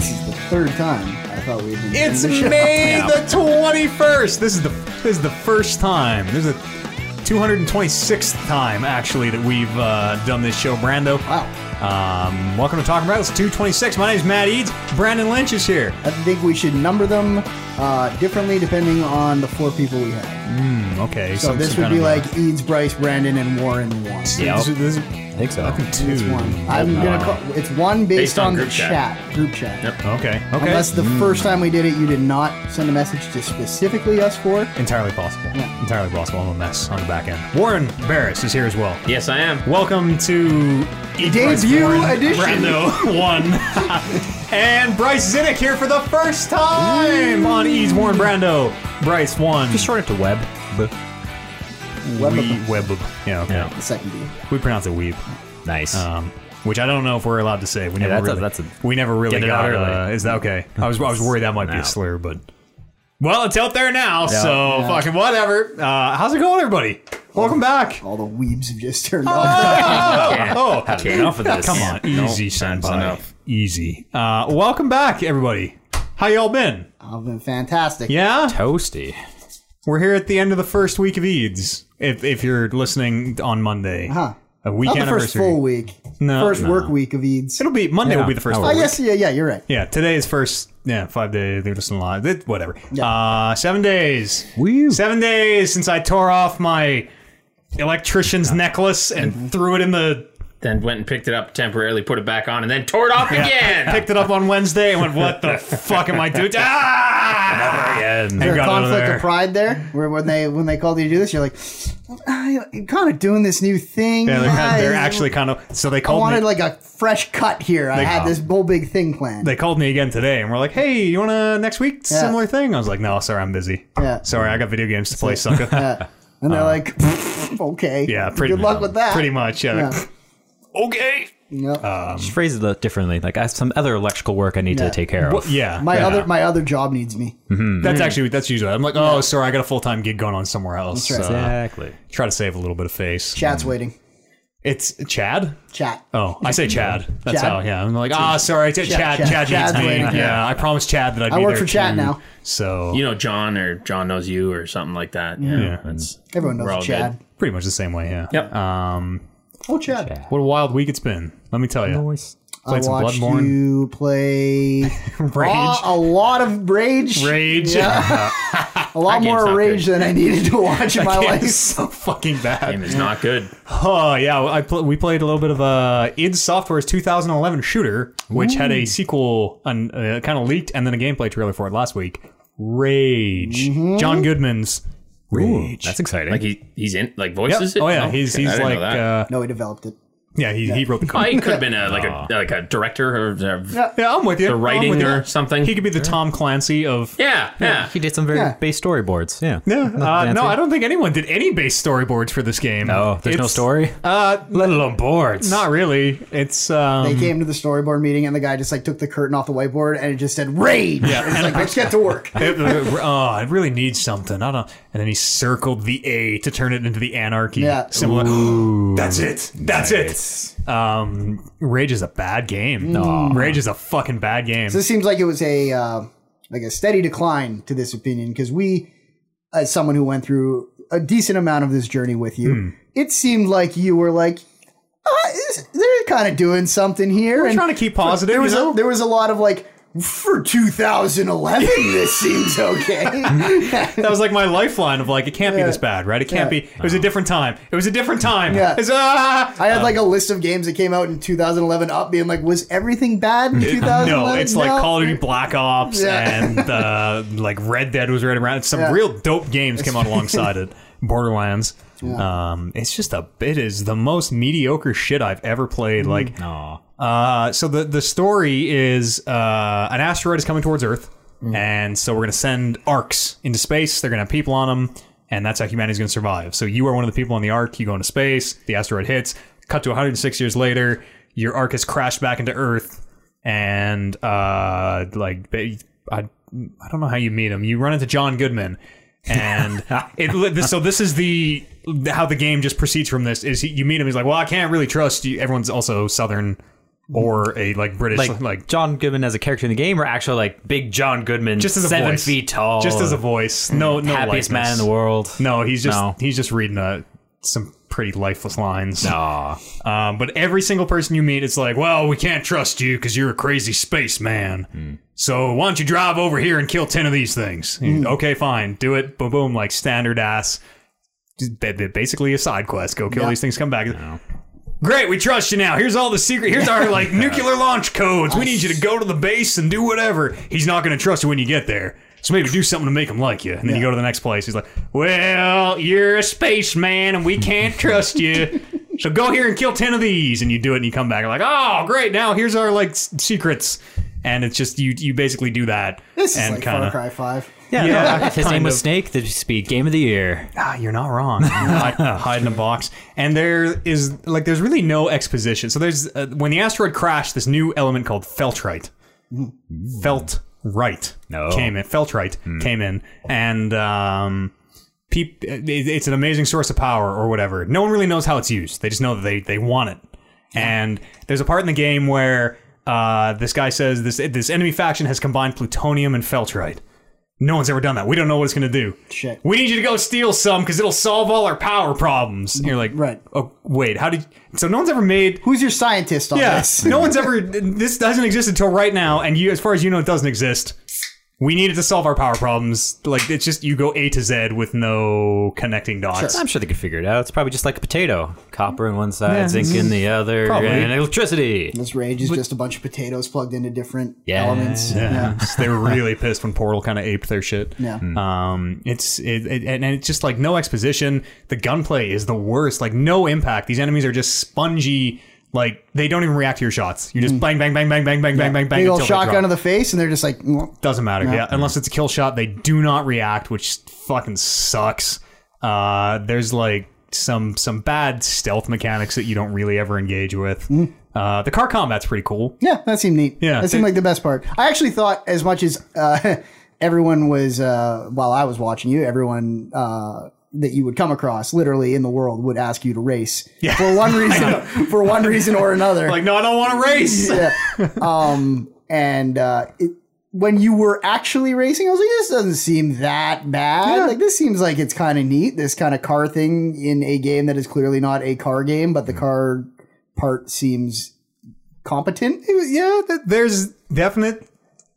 third time. I thought we'd been It's doing the show. May Yeah. the 21st. This is the this is the first time. This is the 226th time actually that we've uh, done this show, Brando. Wow. Um, welcome to Talking Rattles 226. My name is Matt Eads. Brandon Lynch is here. I think we should number them uh, differently depending on the four people we have. Mm, Okay, So some- this some would kind be of uh, a- like Eads, Bryce, Brandon, and Warren one. yeah, Yep. this is- this is- I think so. I think two. It's one. I'm gonna call it's one based, Based on, on the group chat. chat. group chat. Yep. Okay, okay. Unless the first time we did it, you did not send a message to specifically us four. Entirely possible. Yeah. Entirely possible. I'm a mess on the back end. Warren Barris is here as well. Yes, I am. Welcome to Eat Rice Debut Warren edition. Brando One. and Bryce Zinnick here for the first time on Ease Warren Brando. Bryce One. Just short it to web. Web we of- web. Yeah, okay. the second D. We pronounce it weeb. Nice. Um, which I don't know if we're allowed to say. We never that's a- really, that's a- we never really Yeah, got. they're not Uh, really- is that okay? I was I was worried that might be No. a slur, but well, it's out there now, so Yeah. fucking whatever. Uh, how's it going, everybody? Welcome back. All the weebs have just turned off. Ah. Oh, Had enough of this. come on, easy, no, senpai. time's enough. easy. Uh, welcome back, everybody. How y'all been? I've been fantastic. Yeah, Toasty. we're here at the end of the first week of Eads. If if you're listening on Monday, Huh. a week Uh-huh. Not the first anniversary. full week. No. First work week of Eads. It'll be Monday. Yeah. Will be the first. Oh, full Oh week. yes, yeah, yeah, you're right. Yeah, today is first. Yeah, five days. They're listening live. It, whatever. Yeah. Uh, seven days. Woo. Seven days since I tore off my electrician's necklace and threw it in the. Then went and picked it up temporarily, put it back on, and then tore it off again. Picked it up on Wednesday and went, "What the fuck am I doing?" Ah! Again. Never a got out of conflict there. of pride there, where when they when they called you to do this, you're like, I'm kind of doing this new thing. Yeah, they're, Yeah, they're I- actually kind of. So they I called me. wanted like a fresh cut here. I had this whole big thing planned. they called me again today and we're like, "Hey, you want to next week Yeah. similar thing?" I was like, "No, sorry, I'm busy. Yeah. Sorry, I got video games to play, sucker." Yeah. And they're like, okay. yeah, pretty. Good luck with that. Pretty Uh, much. Yeah. Yeah. okay. Yep. Just phrase it differently. Like I have some other electrical work I need Yeah. to take care of. Well, yeah. my yeah. Mm-hmm. other my other job needs me. That's actually that's usually. I'm like, oh, sorry, I got a full time gig going on somewhere else. That's right. so Exactly. Try to save a little bit of face. Chat's waiting. It's Chad. Chat. Oh, I say Chad. That's Chad? how. Yeah, I'm like, ah, sorry, Chad. Chad, Chad. Chad, needs Chad's me. waiting. Yeah, I promised Chad that I'd be work there for Chad too. now. So you know, John or John knows you or something like that. Yeah, that's Everyone we're all knows good. Chad. pretty much the same way. Yeah. Yep. Um, Oh, Chad. what a wild week it's been. Let me tell you. Voice. I Played some watched Bloodborne. you play Rage. Aw, a lot of rage. Rage. A lot That game's more not rage than I needed to watch in my It life. was so fucking Game bad. is not good. Oh yeah, I pl- we played a little bit of uh, id Software's 2011 shooter, which had a sequel un- uh, kind of leaked, and then a gameplay trailer for it last week. Rage. Mm-hmm. John Goodman's Rage. That's exciting. Like he he's in like Yep. voices. it? Oh yeah, he's okay, I he's didn't know like that. uh, No, he developed it. yeah he, he wrote the oh, code. he could have been a like a like a director or. or Yeah. Yeah, I'm with you. The I'm writing with you. or something. He could be the Tom Clancy of. Yeah, yeah. He did some very Yeah. base storyboards. Yeah. Yeah, uh, no, I don't think anyone did any base storyboards for this game. Oh, there's no It's- story. Uh, Let alone boards. not really. It's They um, came to the storyboard meeting and the guy just like took the curtain off the whiteboard and it just said rage. Yeah, and it's like let's get to work. It- uh, oh, I really need something. I don't. And then he circled the A to turn it into the anarchy. Yeah. Similar. That's it. That's it. Um, Rage is a bad game. No, Rage is a fucking bad game. This seems like it was a uh, like a steady decline to this opinion because we, as someone who went through a decent amount of this journey with you, Hmm. it seemed like you were like. Uh, is- they're kind of doing something here. We're and trying to keep positive. there was you know? a, there was a lot of like for 2011. this seems okay. that was like my lifeline of like it can't be this bad, right? It can't Yeah. be. It was a different time. It was a different time. Yeah. It's, ah! I had like a list of games that came out in 2011 up being like, was everything bad in 2011? No, it's like No. Call of Duty Black Ops Yeah. and uh, like Red Dead was right around. Some Yeah. real dope games came out alongside it. Borderlands. Um, it's just a it is the most mediocre shit I've ever played. Like, Aw. uh, so the the story is uh, an asteroid is coming towards Earth, and so we're gonna send arcs into space. They're gonna have people on them, and that's how humanity's gonna survive. So you are one of the people on the arc. You go into space. The asteroid hits. Cut to 106 years later. Your arc has crashed back into Earth, and uh, like they, I, I don't know how you meet him. You run into John Goodman, and it li- this, so this is the how the game just proceeds from this. Is he, you meet him? He's like, well, I can't really trust you. Everyone's also Southern or a like British like, Like, John Goodman as a character in the game, or actually like big John Goodman, just as a seven voice. feet tall, just as a voice. No, no happiest man in likeness. the world. No, he's just No. he's just reading uh some pretty lifeless lines. Um, but every single person you meet, it's like, well, we can't trust you because you're a crazy spaceman. Hmm. So why don't you drive over here and kill ten of these things? And, Hmm. Okay, fine, do it. Boom, boom, like standard ass. Just ba- ba- Basically, a side quest. Go kill Yeah. these things. Come back. Great, we trust you now. Here's all the secret. Here's our like nuclear launch codes. We need you to go to the base and do whatever. He's not going to trust you when you get there. So maybe do something to make him like you. And then you Yeah. go to the next place. He's like, "Well, you're a spaceman, and we can't trust you. So go here and kill ten of these." And you do it, and you come back like, "Oh, great! Now here's our like s- secrets." And it's just you. You basically do that. This is and like kinda, Far Cry Five. Yeah, Yeah, no, his kind name was of. Snake. The speed game of the year. Ah, you're not wrong. Hide, hide in a box, and there is like there's really no exposition. So there's uh, when the asteroid crashed, this new element called feltrite, felt right No. came in. Feltrite came in, and um, peop- it- it's an amazing source of power or whatever. No one really knows how it's used. They just know that they they want it. And there's a part in the game where uh, this guy says this this enemy faction has combined plutonium and feltrite. No one's ever done that. We don't know what it's going to do. Shit. We need you to go steal some because it'll solve all our power problems. And you're like, Right. Oh, wait. How did? So no one's ever made. Who's your scientist on Yes. this? no one's ever. This doesn't exist until right now, and you, as far as you know, it doesn't exist. We need it to solve our power problems. Like it's just you go A to Z with no connecting dots. I'm sure they could figure it out. It's probably just like a potato: copper in one side, zinc in the other, Mm-hmm. Probably. and electricity. This rage is just a bunch of potatoes plugged into different Yeah. elements. Yeah. they were really pissed when Portal kind of aped their shit. Yeah. Um, it's it, it and and it's just like no exposition. The gunplay is the worst. Like no impact. These enemies are just spongy. Like they don't even react to your shots. You just bang bang bang bang bang bang bang bang bang. Mm. Big old until they shotgun drop. to the face, and they're just like, "Mm." Doesn't matter. Yeah, unless it's a kill shot, they do not react, which fucking sucks. Uh, there's like some some bad stealth mechanics that you don't really ever engage with. Uh, the car combat's pretty cool. yeah, that seemed neat. Yeah, that seemed they- like the best part. I actually thought as much as uh, everyone was uh, while I was watching you, everyone. Uh, that you would come across literally in the world would ask you to race yeah. for one reason for one reason or another Like, no, I don't want to race. yeah. Um, and uh, it, when you were actually racing, I was like, this doesn't seem that bad. Like, this seems like it's kind of neat. This kind of car thing in a game that is clearly not a car game, but the Mm. car part seems competent. It was- yeah, th- there's definite.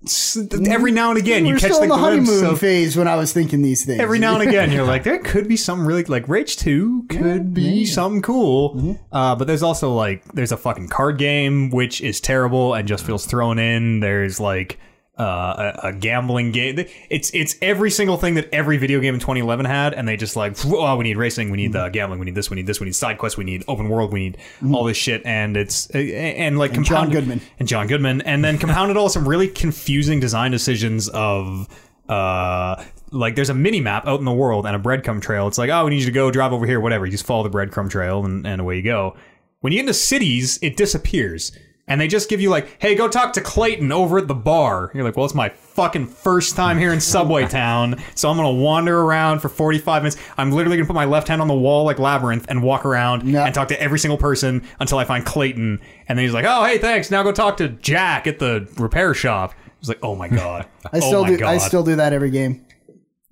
s- th- Every now and again, you We're catch still the, in the glimpse honeymoon of- phase when I was thinking these things. Every now and again, you're like, there could be something really like Rage Two could be something cool. Uh, but there's also like there's a fucking card game which is terrible and just feels thrown in. There's like uh, a, a gambling game. It's it's every single thing that every video game in 2011 had, and they just like, oh, we need racing, we need uh, gambling, we need this, we need this, we need side quests, we need open world, we need all this shit, and it's uh, and like John compounded- Goodman. and John Goodman, and then compounded all some really confusing design decisions of uh like there's a mini map out in the world and a breadcrumb trail. It's like, oh, we need you to go drive over here, whatever. You just follow the breadcrumb trail and, and away you go. When you get into cities, it disappears. And they just give you like, hey, go talk to Clayton over at the bar. You're like, well, it's my fucking first time here in Subway Town, so I'm gonna wander around for 45 minutes. I'm literally gonna put my left hand on the wall like labyrinth and walk around Yeah. and talk to every single person until I find Clayton. And then he's like, oh, hey, thanks. Now go talk to Jack at the repair shop. It's like, oh my god. I still oh my do. God. I still do that every game.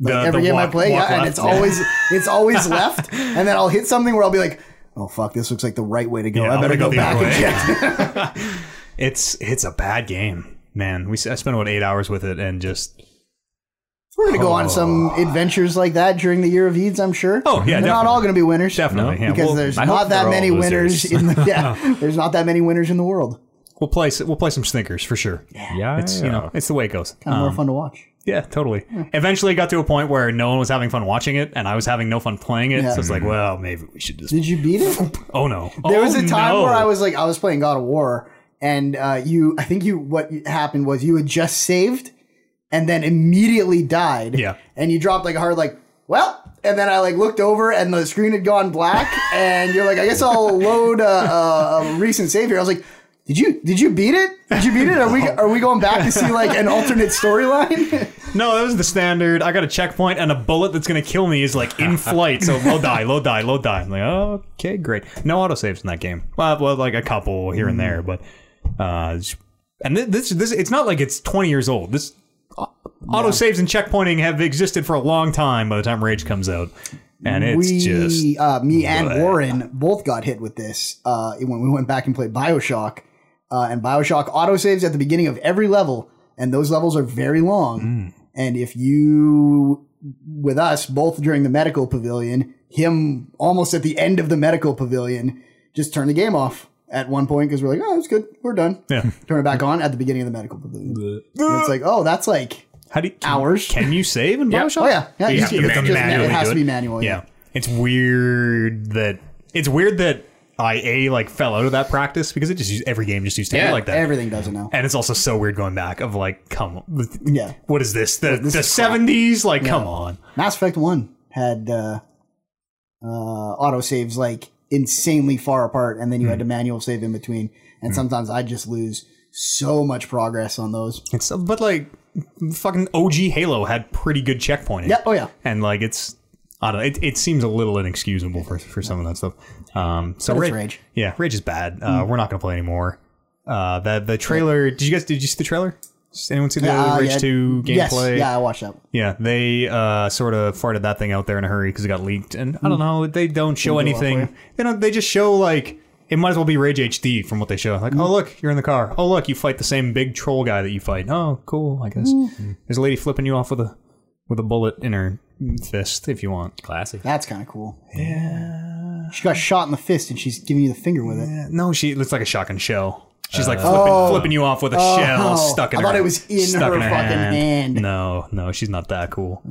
Like, The- every the game I walk- play, walk yeah, and left. it's always it's always left, and then I'll hit something where I'll be like, "Oh fuck, this looks like the right way to go. Yeah, I I'm better go, gonna go the back other and way." check." It's it's a bad game, man. We s- I spent about eight hours with it and just We're going to go on some adventures like that during the year of Eads, I'm sure. Oh, yeah, They're not definitely. all going to be winners. Definitely, yeah. Because Well, there's I not hope that they're all many winners losers. in the yeah, there's not that many winners in the world. we'll play s- we'll play some Snickers for sure. Yeah, It's you know it's the way it goes. Kind of more fun to watch. Yeah, totally. Hmm. Eventually, it got to a point where no one was having fun watching it, and I was having no fun playing it. Yeah. So it's like, well, maybe we should just. Did you beat it? Oh no! There Oh, was a time no. where I was like, I was playing God of War, and uh, you, I think you, what happened was you had just saved, and then immediately died. Yeah. and you dropped like a hard like, well, and then I like looked over and the screen had gone black, and you're like, I guess I'll load a, a, a recent save here. I was like. Did you did you beat it? Did you beat it? Are we are we going back to see like an alternate storyline? No, that was the standard. I got a checkpoint, and a bullet that's gonna kill me is like in flight. So low die, low die, low Hmm. die. I'm like, okay, great. No autosaves in that game. Well, well like a couple here and there, but Uh, and thi- this this it's not like it's 20 years old. This auto saves and checkpointing have existed for a long time by the time Rage comes out, and it's we, just uh, me and Warren both got hit with this uh, when we went back and played Bioshock. Uh, and Bioshock autosaves at the beginning of every level, and those levels are very long. Hmm. And if you, with us both during the medical pavilion, him almost at the end of the medical pavilion, just turn the game off at one point because we're like, oh, it's good, we're done. yeah. Turn it back on at the beginning of the medical pavilion. And it's like, oh, that's like How do you, can, hours. Can you save in Bioshock? Oh yeah, yeah. you have to it's get them just- manually. It has do to be manual. Yeah. It's weird that it's weird that IA like fell out of that practice because it just used, every game just used to be Yeah, like that. everything does it now. and it's also so weird going back of like, come on, Yeah. what is this? The this the is crap. seventies? Like, come on. Mass Effect One had uh, uh, auto saves like insanely far apart, and then you had Hmm. to manual save in between. And sometimes I just lose so much progress on those. It's but like, fucking OG Halo had pretty good checkpointing. Yeah. Oh yeah. and like it's. I don't know. It, it seems a little inexcusable for, for some of that stuff. Um, so But it's Ra- Rage. Hmm. yeah, Rage is bad. Uh, We're not gonna play anymore. Uh, the the trailer. Did you guys did you see the trailer? Did anyone see the Uh, Rage yeah. Two Yes. gameplay? Yeah, I watched that. Yeah, they uh, sort of farted that thing out there in a hurry because it got leaked, and I don't know. They don't show Hmm. Didn't go well for anything. They don't. They just show like it might as well be Rage HD from what they show. Like, Hmm. oh look, you're in the car. Oh look, you fight the same big troll guy that you fight. Oh, cool. I guess Hmm. there's a lady flipping you off with a with a bullet in her fist if you want. Classic. That's kind of cool. Yeah. She got shot in the fist, and she's giving you the finger with it. Yeah, Uh, no, she looks like a shotgun shell. She's like flipping, flipping you off with a shell stuck Uh, in oh. I her. thought it was in stuck her in her fucking hand. No, no, she's not that cool.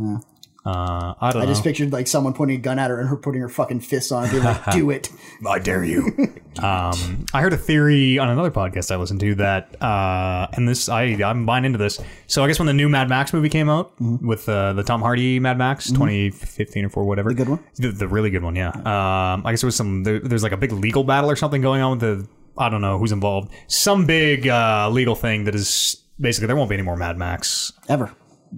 Uh, I don't I know. just pictured like someone pointing a gun at her and her putting her fucking fist on it, being like, "Do it." I dare you. um, I heard a theory on another podcast I listened to that, uh, and this I I'm buying into this. So I guess when the new Mad Max movie came out with uh, the Tom Hardy Mad Max 2015 or four whatever, Mm-hmm. the good one? the, really good one, yeah. Um, I guess there was some there, there's like a big legal battle or something going on with the I don't know who's involved, some big uh, legal thing that is basically there won't be any more Mad Max Ever.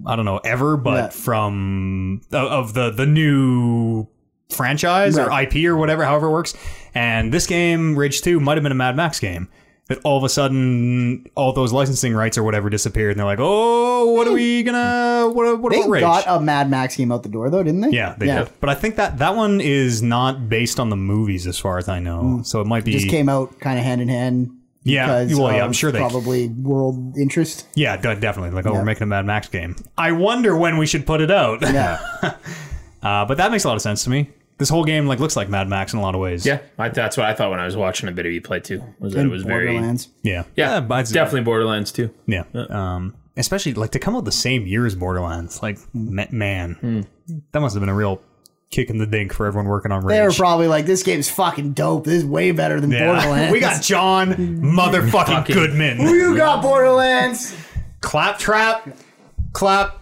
I don't know ever, but Yeah. from of- of the the new franchise Right. or IP or whatever, however it works. And this game, Rage Two, might have been a Mad Max game. That all of a sudden all those licensing rights or whatever disappeared, and they're like, "Oh, what are we gonna? What, what They about Oh, Rage?" got a Mad Max game out the door though, didn't they? yeah, they did. But I think that that one is not based on the movies, as far as I know. So it might be Mm. Just came out kind of hand in hand. Yeah, because well, yeah, of I'm sure they- probably world interest. Yeah, de- definitely. Like, oh, we're making a Mad Max game. I wonder when we should put it out. Yeah. Uh, but that makes a lot of sense to me. This whole game like looks like Mad Max in a lot of ways. Yeah, I, that's what I thought when I was watching a bit of you play too. Was that it was very Borderlands. yeah, yeah, but it's- definitely Borderlands too. yeah. Um, especially like to come out the same year as Borderlands. Like, ma- man, Hmm. that must have been a real kick in the dink for everyone working on Rage. They were probably like, "This game's fucking dope. This is way better than Yeah. Borderlands." we got John motherfucking Goodman. you got Borderlands, clap trap, clap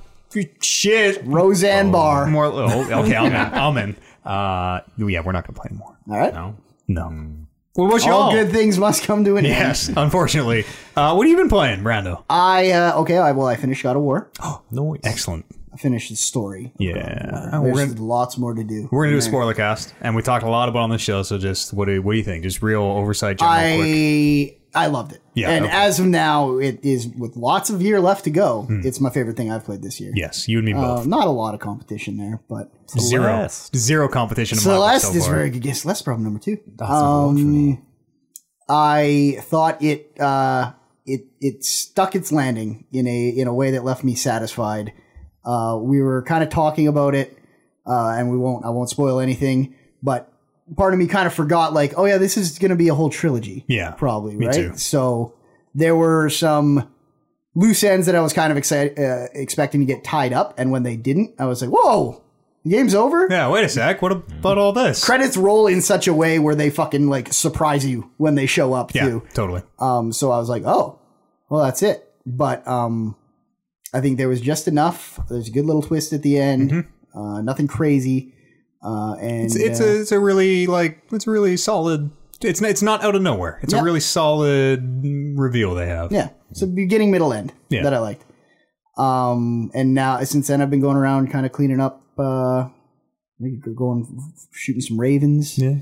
shit. Roseanne Barr. More. Oh, okay, I'm in. I'm in. Uh, yeah, we're not gonna play anymore. All right, Oh. No. No. Well, what's your all good things must come to an end. Yes, unfortunately. Uh, what have you been playing, Brando? I uh, okay. I well, I finished God of War. No. Excellent. I finished the story. Yeah. There's we're gonna lots more to do. we're gonna do a spoiler cast, and we talked a lot about it on the show. So just what do what do you think? Just real oversight, general quick. I I loved it. Yeah, and okay. as of now, it is with lots of year left to go. Hmm. It's my favorite thing I've played this year. Yes, you and me Uh, both. not a lot of competition there, but Zero, Celeste. zero competition. in my life Celeste so is far. very good guess. Celeste problem number two. a vote for Um, I thought it uh, it it stuck its landing in a in a way that left me satisfied. Uh, we were kind of talking about it, uh, and we won't I won't spoil anything. But part of me kind of forgot, like, oh yeah, this is going to be a whole trilogy. Yeah, probably me right. too. So there were some loose ends that I was kind of excited, uh, expecting to get tied up, and when they didn't, I was like, whoa, the game's over Yeah. Wait a sec. What about all this? credits roll in such a way where they fucking like surprise you when they show up yeah, too. totally. Um, so I was like, oh, well, that's it. But um, I think there was just enough. There's a good little twist at the end. Uh, nothing crazy. Uh, and Mm-hmm. It's, it's uh, a it's a really like it's a really solid. It's it's not out of nowhere. It's Yeah. a really solid reveal they have. yeah. So beginning, middle, end Yeah. that I liked. Um, and now since then I've been going around kind of cleaning up. Uh, I think going shooting some ravens. Yeah.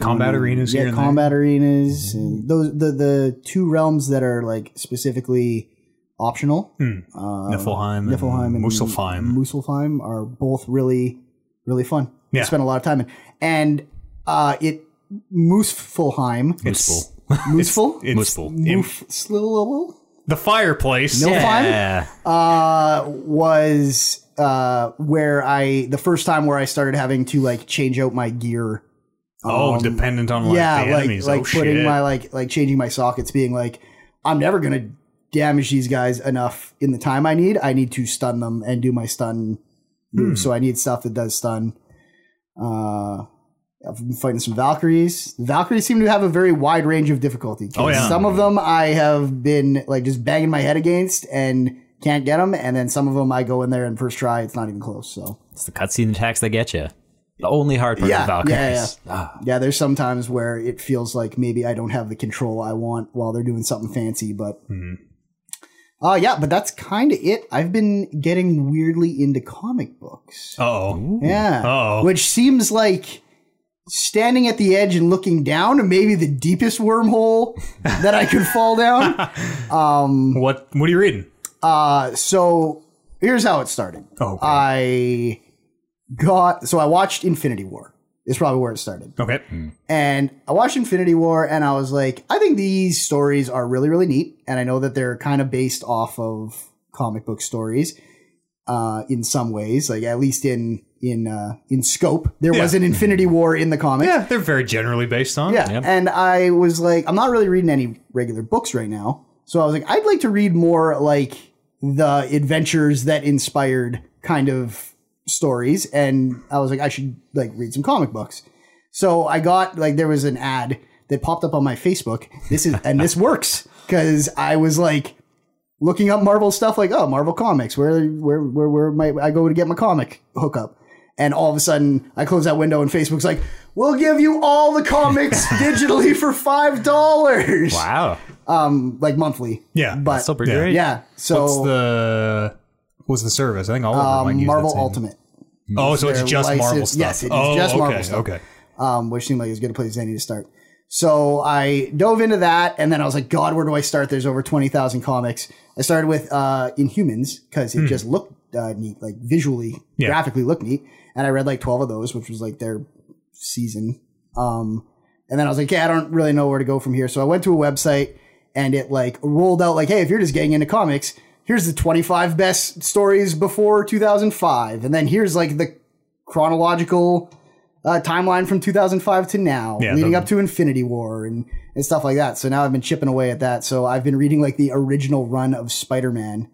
combat arenas here yeah, and combat arenas and those the the two realms that are like specifically optional. Mm-hmm. there. Niflheim, Niflheim and Muspelheim. Muspelheim are both really, really fun. Yeah. I spent a lot of time in. And uh, it Muspelheim. It's, Muspel? it's in- Moofslil the fireplace. No fun Yeah. uh, was uh, where I the first time where I started having to like change out my gear. Oh, dependent on like um, yeah, the like enemies. like oh putting shit! my like like changing my sockets, being like, I'm never gonna damage these guys enough in the time I need. I need to stun them and do my stun Hmm. move. So I need stuff that does stun. Uh, I've been fighting some Valkyries. Valkyries seem to have a very wide range of difficulty. Oh, yeah. Some of them I have been like just banging my head against and can't get them, and then some of them I go in there and first try, it's not even close. So It's the cutscene attacks that get you. The only hard part Yeah, of Valkyries. yeah, yeah. Ah, yeah, there's some times where it feels like maybe I don't have the control I want while they're doing something fancy, but. Mm-hmm. Uh, yeah, but that's kind of it. I've been getting weirdly into comic books. oh, Yeah. Uh-oh. Which seems like standing at the edge and looking down, and maybe the deepest wormhole that I could fall down. what what are you reading? Uh, so here's how it started. Oh, okay. I got so I watched Infinity War. Is probably where it started. Okay, Hmm. And I watched Infinity War and I was like, I think these stories are really, really neat. And I know that they're kind of based off of comic book stories uh, in some ways, like at least in in uh, in scope. There was Yeah. an Infinity War in the comics. yeah, they're very generally based on. Yeah. And I was like, I'm not really reading any regular books right now. So I was like, I'd like to read more like the adventures that inspired kind of stories. And I was like, I should like read some comic books. So I got like, there was an ad that popped up on my Facebook. This is, and this works because I was like, looking up Marvel stuff like, oh, Marvel Comics, where where where where might I go to get my comic hookup? And all of a sudden, I close that window, and Facebook's like, "We'll give you all the comics digitally for five dollars, Wow. like monthly." yeah. But oh. Super Yeah. great. yeah, so what's the what's the service? I think all of them might um, use Marvel that same- Ultimate, Oh, so it's Their just Marvel license- stuff. yes, it is oh, just okay, Marvel stuff. Okay. um, which seemed like as good a place as any to start. So I dove into that, and then I was like, "God, where do I start?" There's over twenty thousand comics. I started with uh, Inhumans because it just looked uh, neat, like visually, Yeah. graphically looked neat, and I read like twelve of those, which was like their season. Um, and then I was like, "Yeah, I don't really know where to go from here." So I went to a website, and it like rolled out like, "Hey, if you're just getting into comics." Here's the 25 best stories before 2005. And then here's like the chronological uh, timeline from 2005 to now, Yeah, leading the- up to Infinity War and, and stuff like that. So now I've been chipping away at that. So I've been reading like the original run of Spider Man,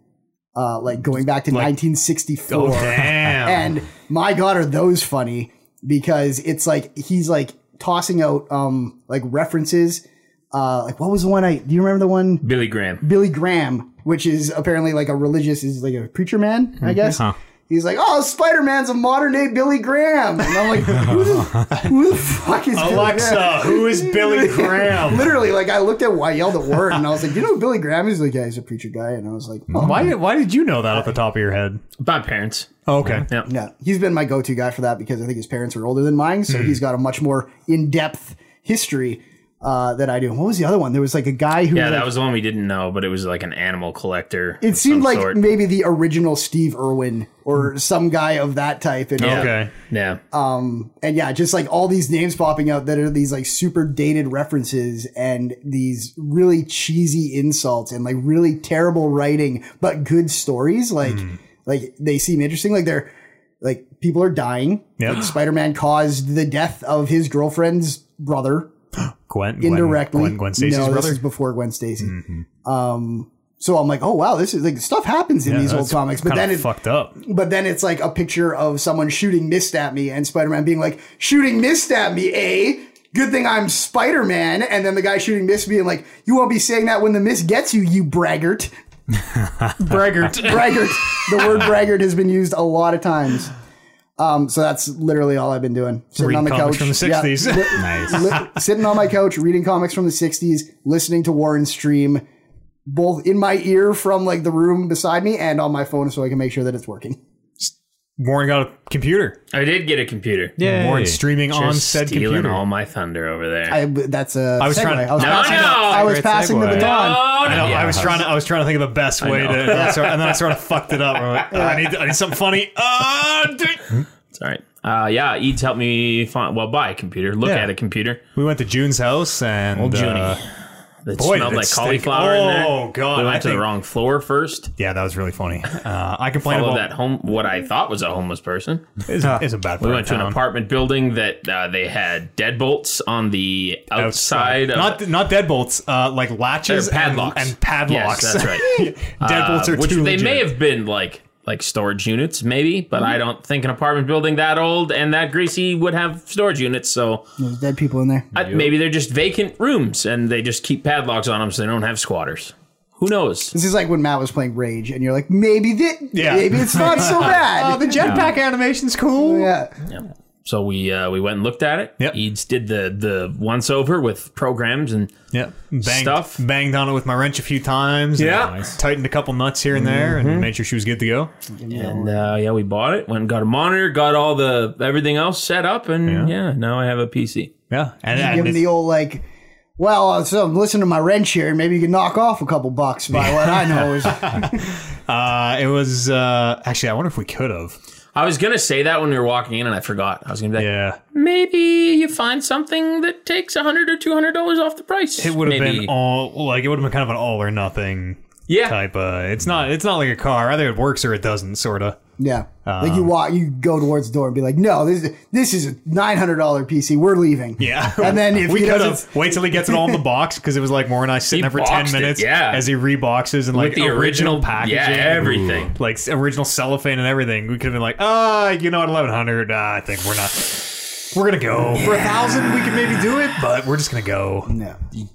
uh, like going back to 1964. Oh, damn. And my God, are those funny because it's like he's like tossing out um like references. Uh, like what was the one I? Do you remember the one? Billy Graham. Billy Graham, which is apparently like a religious, is like a preacher man, I guess. He's like, oh, Spider Man's a modern day Billy Graham. And I'm like, who the, who the fuck is Billy Graham? Alexa, who is Billy Graham? Literally, like, I looked at why I yelled at Word and I was like, you know, who Billy Graham is like, yeah, he's a preacher guy. And I was like, oh, Why, why did you know that off the top of your head? My parents. Oh, okay. Yeah. yeah. He's been my go to guy for that because I think his parents are older than mine. Hmm. So he's got a much more in depth history uh, that I do. What was the other one? There was like a guy who. Yeah, like, that was the one we didn't know, but it was like an animal collector. it seemed like maybe the original Steve Irwin Hmm. or some guy of that type. And Yeah. Okay. yeah. Uh, and yeah, just like all these names popping out that are these like super dated references and these really cheesy insults and like really terrible writing, but good stories. Like, Hmm. like they seem interesting. Like they're like people are dying. Yep. Like Spider-Man caused the death of his girlfriend's brother Gwen. Gwen- indirectly. Gwen, Gwen Stacy's no, brother. Mm-hmm. this is before Gwen Stacy. Um, so I'm like, oh wow, this is like stuff happens in these old That's comics, but kinda then it fucked up. but then it's like a picture of someone shooting mist at me and Spider-Man being like, shooting mist at me, eh? Good thing I'm Spider-Man. And then the guy shooting mist being like, you won't be saying that when the mist gets you, you braggart. Braggart. Braggart. the word braggart has been used a lot of times. Um, so that's literally all I've been doing. Sitting Reading on the comics couch. from the Yeah. 60s. Li- li- sitting on my couch, reading comics from the 60s, listening to Warren stream, both in my ear from like the room beside me and on my phone so I can make sure that it's working. Warren got a computer. I did get a computer. Yay. Warren's streaming Just on said stealing computer. all my thunder over there. I, that's a. I was segue. trying to- I was No, passing, no, I was great passing the segue. baton. oh, I know. Yeah. I was trying to. I was trying to think of the best way to, know. and, I sort- and then I sort of fucked it up. I'm like, "Oh, I need. I need something funny. Uh, dude." It's all right. Uh, yeah, Eads helped me find, well, buy a computer, look Yeah. at a computer. we went to June's house and Old Junie. uh, That boy, smelled did it like stink. cauliflower in there. Oh, God, We I went to think- the wrong floor first. yeah, that was really funny. Uh, I complained Followed about that home, what I thought was a homeless person. It's, a- it's a bad. We part went of to an town. apartment building that uh, they had deadbolts on the outside. of Not not deadbolts. Uh, like latches They're padlocks. and, and padlocks. Yes, that's right. deadbolts Uh, are which too they legit. Mm-hmm. may have been like like storage units, maybe, but I don't think an apartment building that old and that greasy would have storage units. So There's dead people in there. I- maybe they're just vacant rooms and they just keep padlocks on them so they don't have squatters. Who knows? This is like when Matt was playing Rage, and you're like, maybe that, Yeah. maybe it's not so Oh, bad. the jetpack animation's cool. yeah, So we uh, we went and looked at it. Yep. Eads did the the once over with programs and Yeah, banged, Stuff. Banged on it with my wrench a few times. and Yeah. Mm-hmm. Nice. tightened a couple nuts here and there, and made sure she was good to go. and uh, yeah, we bought it. Went and got a monitor, got all the everything else set up, and yeah, now I have a PC. Yeah, and, and give him it's- the old like. Well, uh, so listen to my wrench here, and maybe you can knock off a couple bucks by what I know is Uh, it was uh, actually. I wonder if we could have. I was gonna say that when we were walking in, and I forgot. I was gonna be like, Yeah, maybe you find something that takes a hundred or two hundred dollars off the price. it would have Maybe. been all like it would have been kind of an all or nothing yeah. type. Uh, it's not. It's not like a car. Either it works or it doesn't. Sort of. yeah. like you Um. walk, you go towards the door and be like, "No, this this is a nine hundred dollar PC. We're leaving." Yeah, And then if we he could doesn't- have wait till he gets it all in the box because it was like more and I sitting there for ten boxed it, minutes. yeah. as he reboxes and like the original- packaging, yeah, everything. Ooh. like s- original cellophane and everything. We could have been like, ah, you know, at eleven hundred, uh, I think we're not. We're gonna go for a thousand. We can maybe do it, but we're just gonna go. No.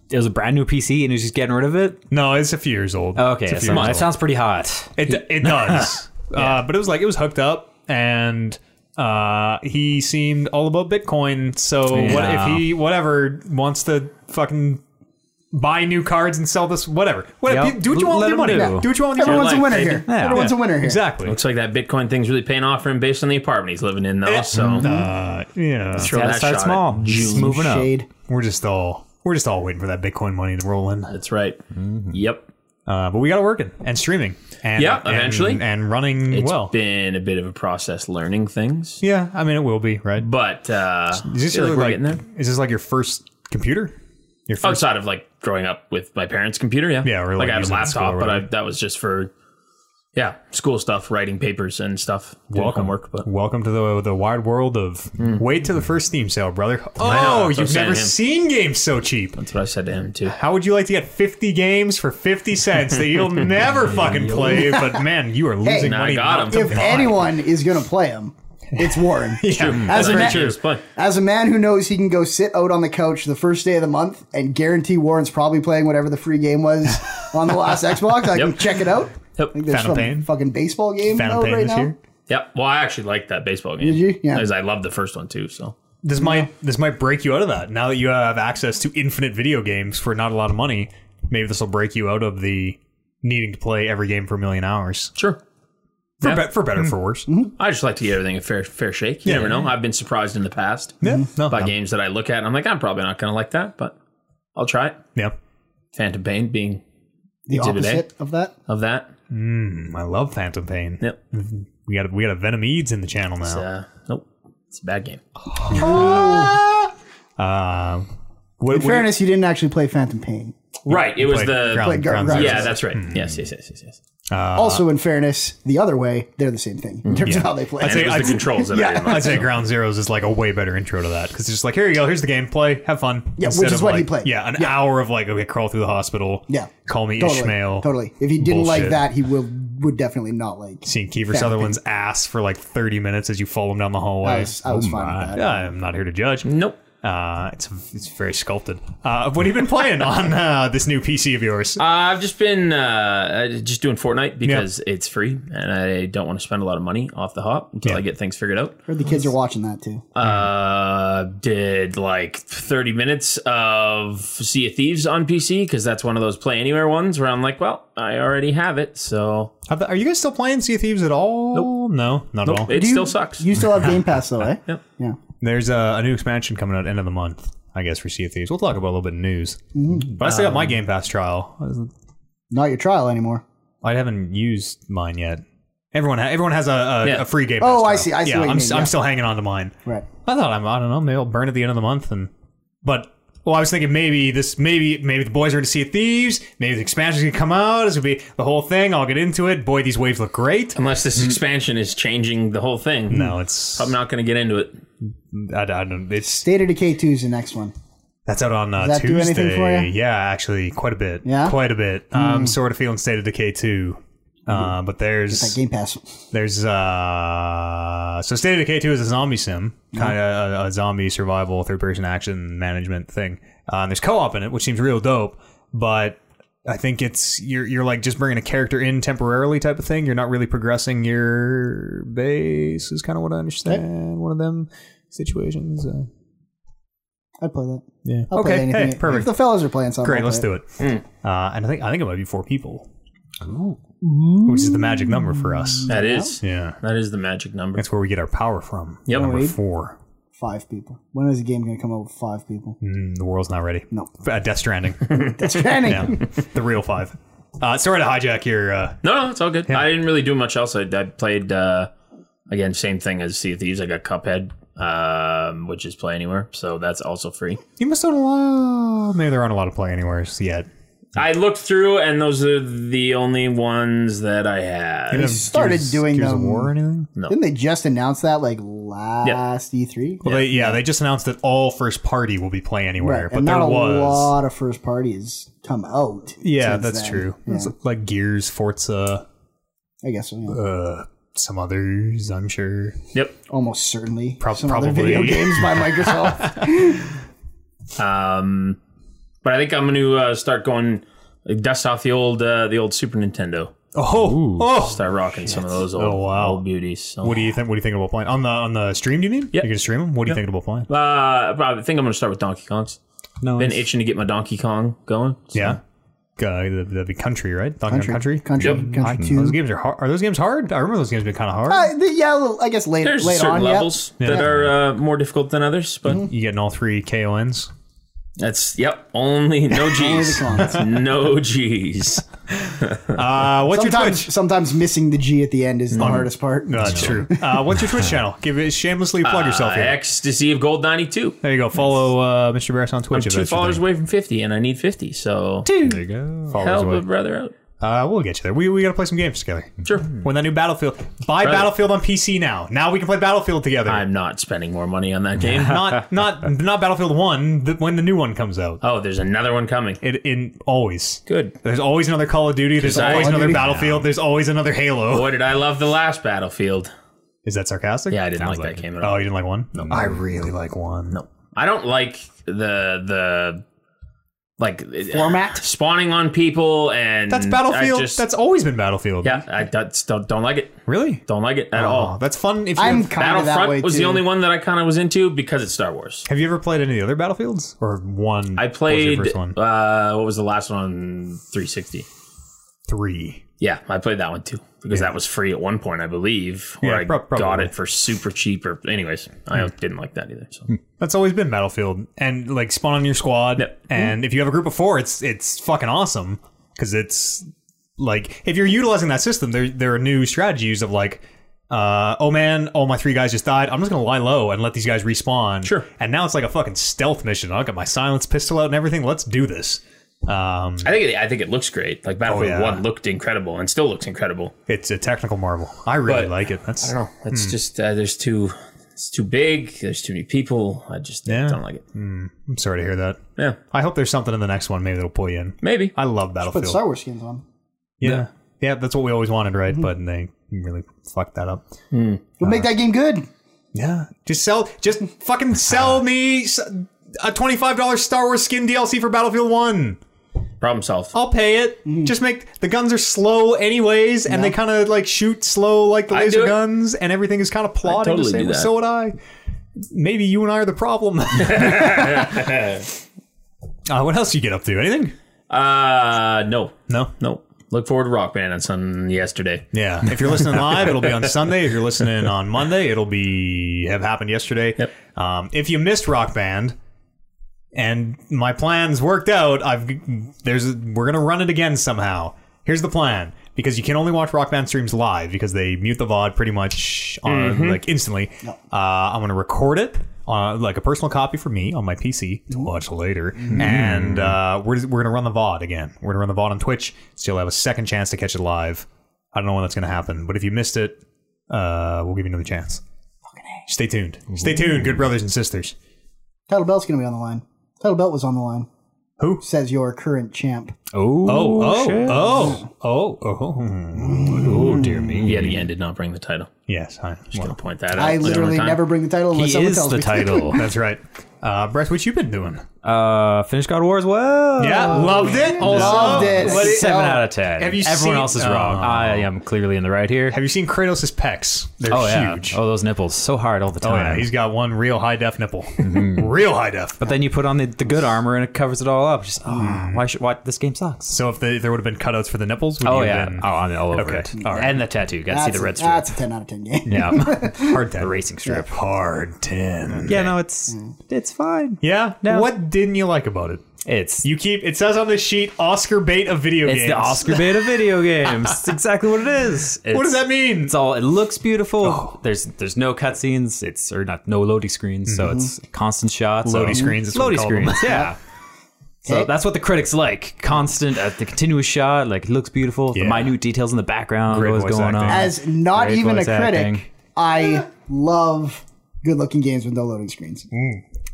It was a brand new PC and he's just getting rid of it. No, it's a few years old. Okay, It's a few so years that old. sounds pretty hot. It it does. uh, but it was like it was hooked up, and uh, he seemed all about Bitcoin. So what Yeah. if he whatever wants to fucking buy new cards and sell this whatever? Whatever. Yep. Do what you want Let with your money. him Do. do. what you want with your Everyone's a money. like, winner baby. here. Yeah. Everyone's a winner here. Exactly. Looks like that Bitcoin thing's really paying off for him based on the apartment he's living in, though. so Uh, yeah. throw that shot Gotta start at small. Just June. moving up. Shade. We're just all we're just all waiting for that Bitcoin money to roll in. That's right. Mm-hmm. Yep. Uh, but we got it working and streaming. And, Yeah, and- eventually. and, running It's well. been a bit of a process learning things, yeah, I mean it will be right. but uh, Is this feel your like we're like, getting there. is this like your first computer? Your first Outside of like growing up with my parents' computer, yeah, Yeah, or, like, like, I had a using it at school laptop, or but I, whatever. that was just for yeah, school stuff, writing papers and stuff. Doing Welcome, homework, but welcome to the the wide world of wait to the first Steam sale, brother. Hmm. know, Oh, that's what I'm you've saying never to him. seen games so cheap. that's what I said to him too. How would you like to get fifty games for fifty cents that you'll never fucking play? But man, you are losing now I money. got not him. to If anyone is gonna play him, it's Warren. As a, That's man, true. It's fun. as a man who knows he can go sit out on the couch the first day of the month and guarantee Warren's probably playing whatever the free game was on the last Xbox, I can Yep. check it out. Yep. I think there's some Phantom Pain. fucking baseball game Phantom out Pain right this now. year. Yep. Well, I actually liked that baseball game. Did you? Yeah. Because I loved the first one too. So This might this might break you out of that. Now that you have access to infinite video games for not a lot of money, maybe this will break you out of the needing to play every game for a million hours. sure. For, Yeah. Mm-hmm. be- for better, for worse. I just like to give everything a fair fair shake. You never know. I've been surprised in the past Yeah, no, by no. games that I look at and I'm like, I'm probably not gonna like that, but I'll try it. yeah. Phantom Pain being The Exhibit A. eh? opposite of that. of that. I love Phantom Pain. Yep. Mm-hmm. We got a, we got a Venom Eads in the channel now. Uh, nope. It's a bad game. Oh, Uh, what, In fairness, you didn't actually play Phantom Pain. Right. It was played the Ground- Played Gar- Ground Ground Zeroes. Yeah, that's right. Hmm. Yes, yes, yes, yes, yes. Uh-huh. also, in fairness, the other way, they're the same thing Mm-hmm. in terms of how they play. I'd And say, it was I'd, the controls that I didn't like. I'd say Ground Zeroes is like a way better intro to that because it's just like, here you go, here's the game, play, have fun. Yeah, which Instead is of what he like- played. Yeah, an hour of like, okay, crawl through the hospital. Yeah. Call me totally, Ishmael. Totally. If he didn't like Bullshit. that, he will would definitely not like. Seeing Kiefer Phantom Sutherland's ass for like 30 minutes as you follow him down the hallway. I was- I was fine with oh my. that. Yeah, I'm not here to judge. Nope. Uh, it's it's very sculpted. Uh, what have you been playing on uh, this new PC of yours? Uh, I've just been uh, uh, just doing Fortnite because it's free and I don't want to spend a lot of money off the hop until Yeah. I get things figured out. Heard the kids are watching that too. Uh, did like 30 minutes of Sea of Thieves on PC because that's one of those play anywhere ones where I'm like, well, I already have it, so Have the- are you guys still playing Sea of Thieves at all? Nope. No, not at all. it you- still sucks. You still have Game Pass though, eh? Yeah. There's a, a new expansion coming out end of the month, I guess, for Sea of Thieves. We'll talk about a little bit of news. But I still got my Game Pass trial. Not your trial anymore. I haven't used mine yet. Everyone, ha- everyone has a, a, Yeah. a free Game Pass. Oh, I trial. see, I see Yeah, what you I'm, mean, s- yeah. I'm still hanging on to mine. Right. I thought I'm, I don't know. Maybe I'll burn at the end of the month, and but well, I was thinking maybe this, maybe maybe the boys are going to see thieves. Maybe the expansion's going to come out. It's going to be the whole thing. I'll get into it. Boy, these waves look great. Unless this expansion is changing the whole thing. Mm. No, it's I'm I, not going to get into it. I don't. It's Data Decay 2 is the next one. that's out on uh, Does that do Tuesday. anything for you? Yeah, actually, quite a bit. Yeah? Hmm. quite a bit. I'm sort of feeling State of Decay too. Uh, but there's That Game Pass. There's uh so State of Decay 2 is a zombie sim, kind of a, a zombie survival third person action management thing. Uh, and there's co-op in it, which seems real dope, but I think it's you're you're like just bringing a character in temporarily type of thing. You're not really progressing your base is kind of what I understand. One of them situations. Uh, I'd play that. yeah. I'll play okay. anything. Hey, perfect. If the fellas are playing something. Great. I'll Let's play do it. Uh, and I think I think it might be four people, which is the magic number for us. That is. Yeah. That is the magic number. That's where we get our power from. Yep. Number Read. four. Five people. When is the game going to come out with five people? Mm, the world's not ready. No. F- Uh, Death Stranding. That's Stranding. yeah. The real five. Uh, sorry to hijack your. Uh, No, no, it's all good. I didn't really do much else. I, I played, uh, again, same thing as Sea of Thieves. I got Cuphead, um, which is Play Anywhere, so that's also free. you missed out a lot. Maybe there aren't a lot of play anywheres yet. I looked through, and those are the only ones that I You had. have started Gears- doing Gears of them- War or anything? Didn't they just announce that like last E E3? Well, they, yeah, they just announced that all first party will be play anywhere, but and there not was. a lot of first parties come out. yeah, since that's then. true. Yeah, It's like Gears, Forza, I guess so. yeah. uh, some others, I'm sure. Yep. almost certainly Prob- some probably. other video games by Microsoft. Um, but I think I'm going to uh, start going dust off the old uh, the old Super Nintendo. Oh, oh. Start rocking some of those old, Oh, wow. old beauties. So. What do you think? What do you think about playing on the on the stream? Do you mean? Yep. You gonna stream them? What do you think about playing? uh, I think I'm going to start with Donkey Kong's. No, Been itching to get my Donkey Kong going. so- yeah. Uh, that'd that'd be country, right? Donkey Kong country. country, Yep. I- country Those two. games are hard. Are those games hard? I remember those games being kind of hard. Uh, the- yeah, well, I guess late, There's late certain on. yeah. levels that are uh, more difficult than others, but you getting all three KONs? that's yep. Only no G's, cons. no G's. Uh, what's Sometimes, sometimes missing the G at the end is the Hmm. hardest part. That's true. Uh, what's your Twitch channel? Give it shamelessly plug yourself here. Ecstasy of Gold ninety two. There you go. Follow uh, Mr. Barris on Twitch. if Two that's your followers thing. away from fifty, and I need fifty. So There you go. Followers help a away. brother out. Uh, we'll get you there. We, we gotta play some games together. Sure. When that new Battlefield, buy Battlefield on PC now. Now we can play Battlefield together. I'm not spending more money on that game. not not not Battlefield One. The, when the new one comes out, oh, there's another one coming. it in always. Good. There's always another Call of Duty. There's Cause I- always Call of another Duty? Battlefield. There's always another Halo. Boy, did I love the last Battlefield. Is that sarcastic? Yeah, I didn't like that game at all. Oh, you didn't like one? No, I really like one. No. I don't like the the like Format? spawning on people and That's Mm, I Battlefield. just- that's always been Battlefield. yeah. I that's, don't don't like it. Really? Don't like it at Oh, all. that's fun. If you I'm have, kind of that way Battlefront was too. the only one that I kind of was into because it's Star Wars. have you ever played any of the other Battlefields or one? I What was played your first one? Uh, what was the last one? 360. Three. Yeah, I played that one too because that was free at one point, I believe. Where Yeah, I prob- got probably. Hmm. it for super cheap. Or anyways, I didn't like that either. So That's always been Battlefield, and like spawn on your squad, Yep. Mm-hmm. and if you have a group of four, it's it's fucking awesome because it's like if you're utilizing that system, there there are new strategies of like. Uh, oh man, all my three guys just died. I'm just gonna lie low and let these guys respawn. Sure. And now it's like a fucking stealth mission. I'll get my silence pistol out and everything. Let's do this. Um, I think it, I think it looks great. Like Battlefield Oh, yeah. One looked incredible and still looks incredible. it's a technical marvel. I really But- like it. That's I don't know. It's Hmm. just uh, there's too it's too big. There's too many people. I just Yeah. Hmm. don't like it. I'm sorry to hear that. Yeah, I hope there's something in the next one. Maybe that'll pull you in. maybe. I love Put Battlefield. Star Wars skins on. yeah, Mm-hmm. yeah, that's what we always wanted, right? But they really fucked that up. We'll make that game good. Yeah, just sell, just fucking sell me s- a twenty-five dollars Star Wars skin DLC for Battlefield One. Problem solved. I'll pay it. Just make the guns are slow anyways, and they kind of like shoot slow like the I'd do laser it. guns, and everything is kind of plotting totally the same. do way. that. So would I. Maybe you and I are the problem. uh, what else you get up to? Anything? Uh, no, No. no. Look forward to Rock Band. It's on yesterday. Yeah. If you're listening live, it'll be on Sunday. If you're listening on Monday, it'll be have happened yesterday. Yep. Um, if you missed Rock Band and my plans worked out, I've there's we're gonna run it again somehow. Here's the plan. Because you can only watch Rock Band streams live because they mute the VOD pretty much on like instantly. Uh, I'm gonna record it. Uh, like a personal copy for me on my PC to watch later, and uh, we're we're gonna run the VOD again. We're gonna run the VOD on Twitch, so you'll have a second chance to catch it live. I don't know when that's going to happen, but if you missed it, uh, we'll give you another chance. Stay tuned. Stay tuned, good brothers and sisters. Title belt's going to be on the line. Title belt was on the line. Who? Says your current champ. Oh, Oh, oh, oh, oh, oh, oh, dear me. Yet again, did not bring the title. Yes, I, Gonna well, point that out. I one more literally time. never bring the title unless He someone is tells the me. title. that's right. Uh, Brett, what you been doing? uh, finish God of War as well. Yeah, loved it. Also, Loved it. What is- Seven Oh. out of ten. Have you seen- Everyone else is Oh. wrong. I am clearly in the right here. Have you seen Kratos' pecs? They're oh yeah. huge. Oh, those nipples so hard all the Oh, time. yeah, Mm-hmm. he's got one real high def nipple. real high def. but then you put on the, the good armor and it covers it all up. Just oh, why should why this game sucks? So if, the, if there would have been cutouts for the nipples, would Oh you yeah. have been Oh, I'm all over Okay. it. All right. And the tattoo. Got to see That's, the red a, strip. that's a 10 out of 10 game. Yeah. hard the ten. racing strip. Hard ten. Yeah. No, it's it's fine. Yeah. No. What didn't you like about it? It's You keep it says on this sheet Oscar bait of video it's games. the Oscar bait of video games. It's exactly what it is. What does It's- that mean? Oh. It's all. It looks beautiful. There's there's no cutscenes. It's or not no loading screens. So it's constant shots. Mm-hmm. Loading so- screens, that's what we Loading call them. screens. Yeah. So Hey. that's what the critics like. Constant, uh, the continuous shot. Like it looks beautiful. The Yeah. minute details in the background. Great what's voice going acting. on? As not Great even a voice critic, acting. I love good looking games with no loading screens.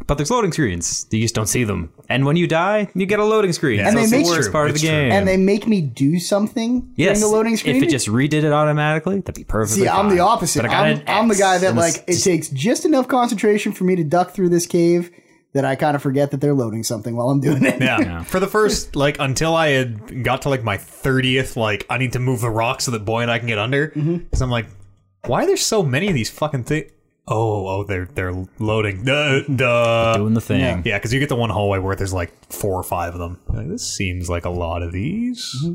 But there's loading screens. You just don't see them. And when you die, you get a loading screen. And so they it's the make- worst True, part of it's the true. game. And they make me do something yes, during the loading screen. If it just redid it automatically, that'd be perfect. See, I'm the opposite. But I got I'm, an I'm the X guy that in this- like it takes just enough concentration for me to duck through this cave that I kind of forget that they're loading something while I'm doing it. yeah. For the first like until I had got to like my thirtieth, like I need to move the rock so that boy and I can get under. Because Mm-hmm. I'm like, why are there so many of these fucking things? Oh, oh, they're they're loading. Duh, duh. doing the thing. Yeah, because you get the one hallway where there's like four or five of them. Like, this seems like a lot of these. Mm-hmm.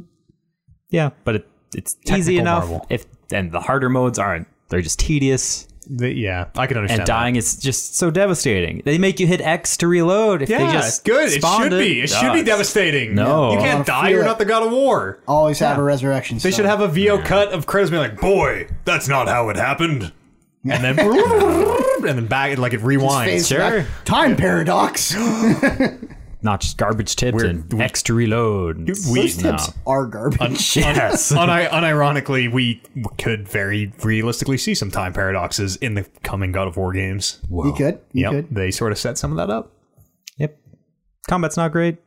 Yeah, but it, it's easy Technical enough. marvel. If and the harder modes aren't, they're just tedious. The- yeah, I can And understand. that. dying is just so devastating. They make you hit X to reload. If Yeah, they it's just good. It spawned should be. It should Oh, be it's- devastating. No. Oh, you can't I wanna die. You're feel not it. the god of war. Always have a resurrection. They should stone. have a VO cut of Kratos being like, "Boy, that's not how it happened," and then and then back like it Phase rewinds. back. Time paradox. Not just garbage tips and X to reload. we- Those no. tips are garbage. Yes. Uni- unironically, we could very realistically see some time paradoxes in the coming God of War games. you could. You Yep, could. they sort of set some of that up. Yep. Combat's not great.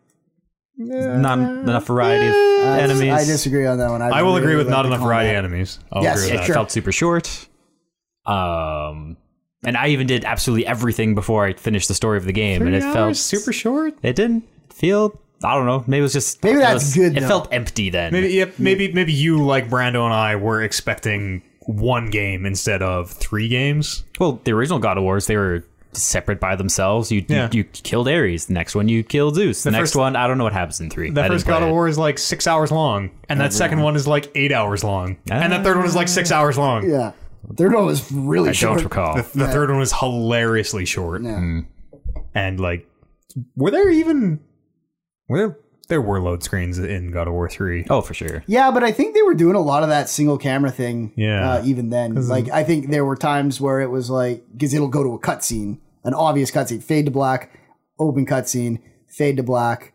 Not enough variety of enemies. I disagree on that one. I will really agree with like not the enough combat. variety of enemies. I'll Yes, agree yeah, with that. sure. felt super short. Um, and I even did absolutely everything before I finished the story of the game, and it felt super short. It didn't feel. I don't know. Maybe it was just. Maybe it that's was- good, It though. felt empty then. Maybe, yep, maybe, maybe you like Brando and I were expecting one game instead of three games. Well, the original God of Wars, they were separate by themselves. You Yeah. you, you killed Ares. The next one, you killed Zeus. The, next first- one, I don't know what happens in three. That I didn't first God play of it. War is like six hours long, and that Ah. second one is like eight hours long, and that third one is like six hours long. Yeah. Third one was really I short. don't recall. The, the third one is hilariously short, and like, were there even were there, there were load screens in God of War three? oh, for sure. Yeah, but I think they were doing a lot of that single camera thing. Yeah. Uh, even then, like I think there were times where it was like because it'll go to a cutscene, an obvious cutscene, fade to black, open cutscene, fade to black,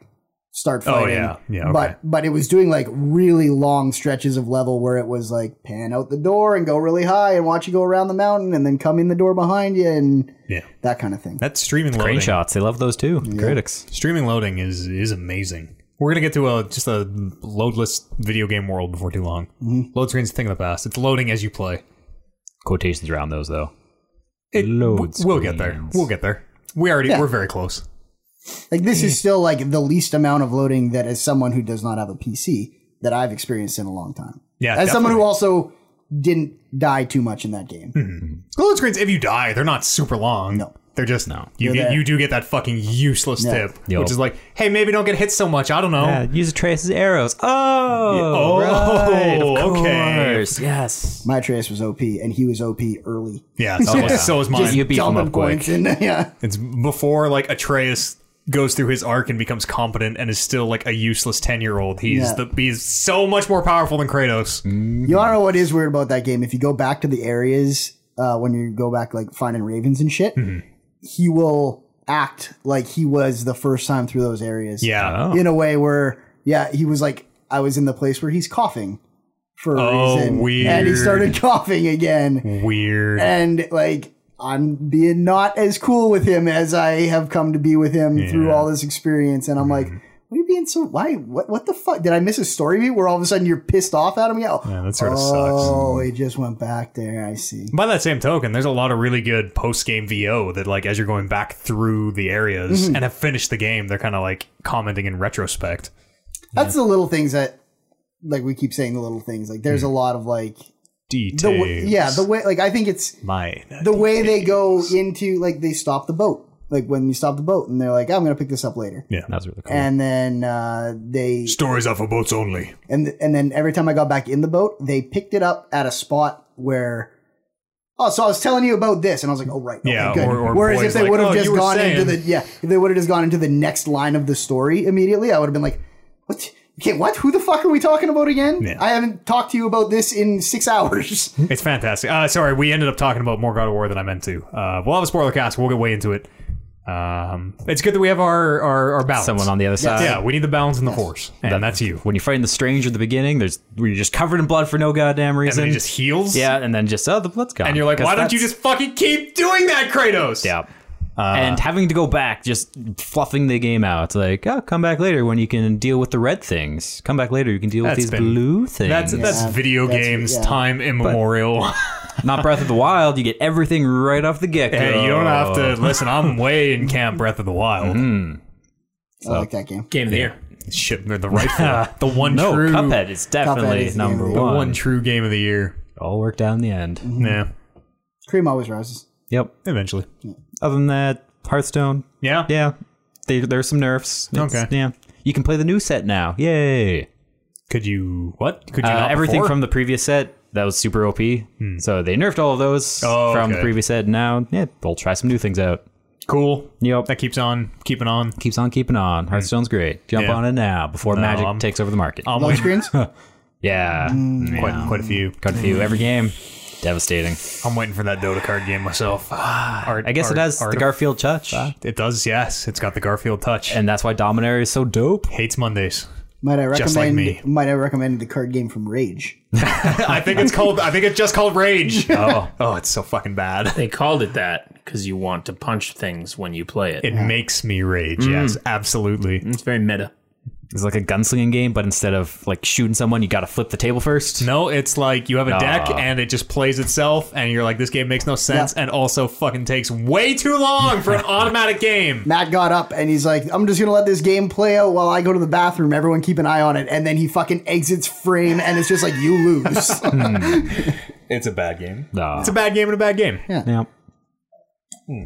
start fighting. Oh, yeah. Yeah, okay. But but it was doing like really long stretches of level where it was like pan out the door and go really high and watch you go around the mountain and then come in the door behind you and Yeah, that kind of thing. that streaming Crane loading, shots. They love those too. Critics. streaming loading is is amazing. We're gonna get to a just a loadless video game world before too Mm-hmm. long. Load screens, a thing of the past. It's loading as you play. Quotations around those though. It, Load we'll get there. screens. We'll get there. We already Yeah. we're very close. Like this is still like the least amount of loading that as someone who does not have a PC that I've experienced in a long time. Yeah, As someone who definitely. Hmm. also didn't die too much in that game. The load screens, if you die, they're not super long. No. They're just no. You They're get, there. you do get that fucking useless Yeah. tip, Yup. which is like, hey, maybe don't get hit so much. I don't know. Yeah, use a trace as arrows. Oh, Oh, right, of okay. course, Yes. My Atreus was OP and he was OP early. Yeah, so, Oh, yeah. so is mine. Just- You beat him Dump up points and yeah. It's before like Atreus goes through his arc and becomes competent and is still like a useless ten year old. He's Yeah. the he's so much more powerful than Kratos. Mm, You want to know what is weird about that game? If you go back to the areas uh, when you go back, like finding ravens and shit, Mm-hmm. he will act like he was the first time through those areas. oh. Yeah. in a way where, yeah, he was like, I was in the place where he's coughing for a Oh, reason, and he weird. started coughing again, Weird. and like. I'm being not as cool with him as I have come to be with him through all this experience, and I'm like, Mm-hmm. "What are you being so? Why? What? What the fuck? Did I miss a story beat where all of a sudden you're pissed off at him? Yeah, Yeah, that sort of sucks. Mm-hmm. Oh, it just went back there. I see. By that same token, there's a lot of really good post game VO that, like, as you're going back through the areas Mm-hmm. and have finished the game, they're kind of like commenting in retrospect. That's the little things that, like we keep saying, the little things. Like there's a lot of like Details. the w- yeah the way like I think it's Mine. the way they go into like they stop the boat like when you stop the boat and they're like I'm gonna pick this up later yeah. That was really cool. and then uh, they Stories off of boats only. and and then every time I got back in the boat they picked it up at a spot where. Oh, so I was telling you about this, and I was like, "Oh, right, okay, Yeah, good." or- or Whereas boys if they like, would have "Oh, just you were gone into saying." the yeah, if they would have just gone into the next line of the story immediately, I would have been like, "What? Okay, what? Who the fuck are we talking about again? Yeah. I haven't talked to you about this in six hours." It's fantastic. Uh, sorry, we ended up talking about more God of War than I meant to. Uh, we'll have a spoiler cast. We'll get way into it. Um, it's good that we have our, our, our balance. Uh, Someone on the other side. Yeah, we need the balance and the horse. And that's you. When you're fighting the stranger at the beginning, there's where you're just covered in blood for no goddamn And then reason. he just heals. yeah, and then just oh, the blood's gone. And you're like, 'Cause why don't you that's- just Uh, fucking keep doing that, Kratos? yeah. and having to go back, just fluffing the game out. It's like, oh, come back later when you can deal with the red things. Come back later, you can deal with That's these been- blue things. That's that's video that's- games yeah. time immemorial. Not Breath of the Wild. You get everything right off the get go. hey, you don't have to listen. I'm way in camp Breath of the Wild. Mm-hmm. I like that game. Game of the year. Shit, they're the rightful, the one No, true, Cuphead is definitely Cuphead is the number game of the the one. one. Mm-hmm. true game of the year. All worked out in the end. Yeah, Cream always rises. Yep. eventually. Other than that, Hearthstone. Yeah, Yeah, they, there's some nerfs. It's- Okay. Yeah, you can play the new set now. Yay! Could you what? Could you Uh, not everything before? from the previous set that was super OP. So they nerfed all of those Hmm. Oh, from the okay. previous set. Now, yeah, they'll try some new things out. cool. Yep. That keeps on keeping on. Keeps on keeping on. Hearthstone's great. Jump Yeah. on it now before Magic I'm- takes over the market. I'm Load with- Hmm. screens? yeah, quite, quite a few. Mm. got a few every game. Devastating. I'm waiting for that Dota card game myself. Art- I guess art- it has art- the Garfield touch, It does. Yes, it's got the Garfield touch. and that's why Dominaria is so dope. Hates Mondays. Might I recommend? Just like me. Might I recommend the card game from Rage? I think it's called. I think it's just called Rage. Oh, oh, it's so fucking bad. They called it that because you want to punch things when you play it. It makes me rage. Yes, absolutely. It's very meta. It's like a gunslinging game, but instead of like shooting someone, you got to flip the table first. No, it's like you have a deck Nah. and it just plays itself, and you're like, this game makes no sense, and also fucking takes way too long for an automatic game. Matt got up and he's like, "I'm just gonna let this game play out while I go to the bathroom. Everyone keep an eye on it." And then he fucking exits frame, and it's just like you lose. It's a bad game. Nah. It's a bad game and a bad game. Yeah. Hmm.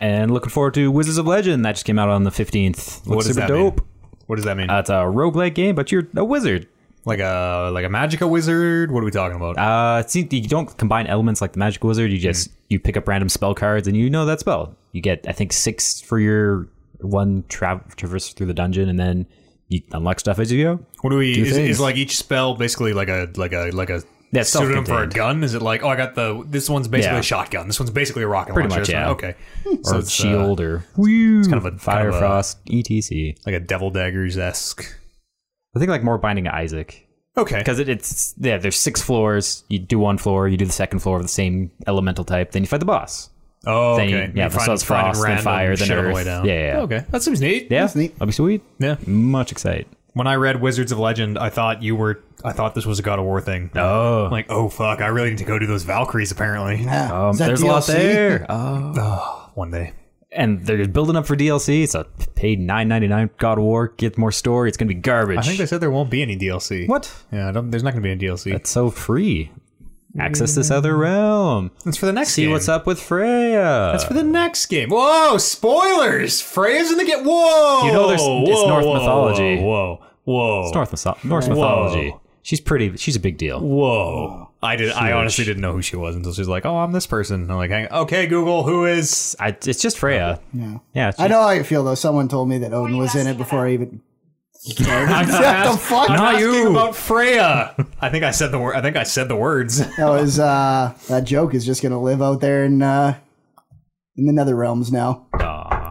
And looking forward to Wizards of Legend. That just came out on the 15th. Looks What does super that dope. mean? What does that mean? Uh, it's a roguelike game, but you're a wizard. like a like a Magicka wizard? What are we talking about? Uh, it's, you don't combine elements like the magic wizard. You Hmm. just you pick up random spell cards and you know that spell. You get I think six for your one tra- traverse through the dungeon, and then you unlock stuff as you go. What do we? is, is things. like each spell basically like a like a like a Yeah, it's pseudonym for a self-contained. gun? Is it like oh I got the this one's basically Yeah. a shotgun. This one's basically a rocket Pretty launcher. much, This one- yeah. Hmm. Okay. or it's, uh, shield or It's kind of a fire kind of a- frost etc. like a devil daggers esque. I think like more Binding of Isaac Okay. because it, it's yeah. There's six floors. You do one floor. You do the second floor of the same elemental type. Then you fight the boss. Oh, Then okay. you- yeah, You so find- it's find frost, then random fire, then shit on the earth. way down. Oh, Yeah, yeah, yeah. Okay, that seems neat. Yeah, neat. that'd be sweet. Yeah. Much excited. When I read Wizards of Legend, I thought you were I thought this was a God of War thing. Oh, I'm like, oh fuck, I really need to go do those Valkyries apparently. Ah, um, is that there's a lot DLC? there. Uh, One day. and they're building up for DLC. It's a paid nine ninety nine God of War. Get more story. It's gonna be garbage. I think they said there won't be any DLC. What? Yeah, I don't, there's not going to be any DLC. It's so free. Access this other realm. It's for the next See game. what's up with Freya. It's for the next game. Whoa, spoilers! Freya's in the game. Whoa! You know there's- it's Norse mythology. Whoa, whoa. It's North mytho- Norse Whoa. mythology. She's pretty. She's a big deal. Whoa. I did. I honestly didn't know who she was until she was like, "Oh, I'm this person." And I'm like, "Hang, okay, Google, who is?" I, it's just Freya. Yeah. Yeah, it's I know how you feel though. Someone told me that Odin was in it before I even cared. what the fuck? I'm asking you. about Freya. I think I said the word. I think I said the words. That was uh, that joke is just gonna live out there in uh, in the nether realms now.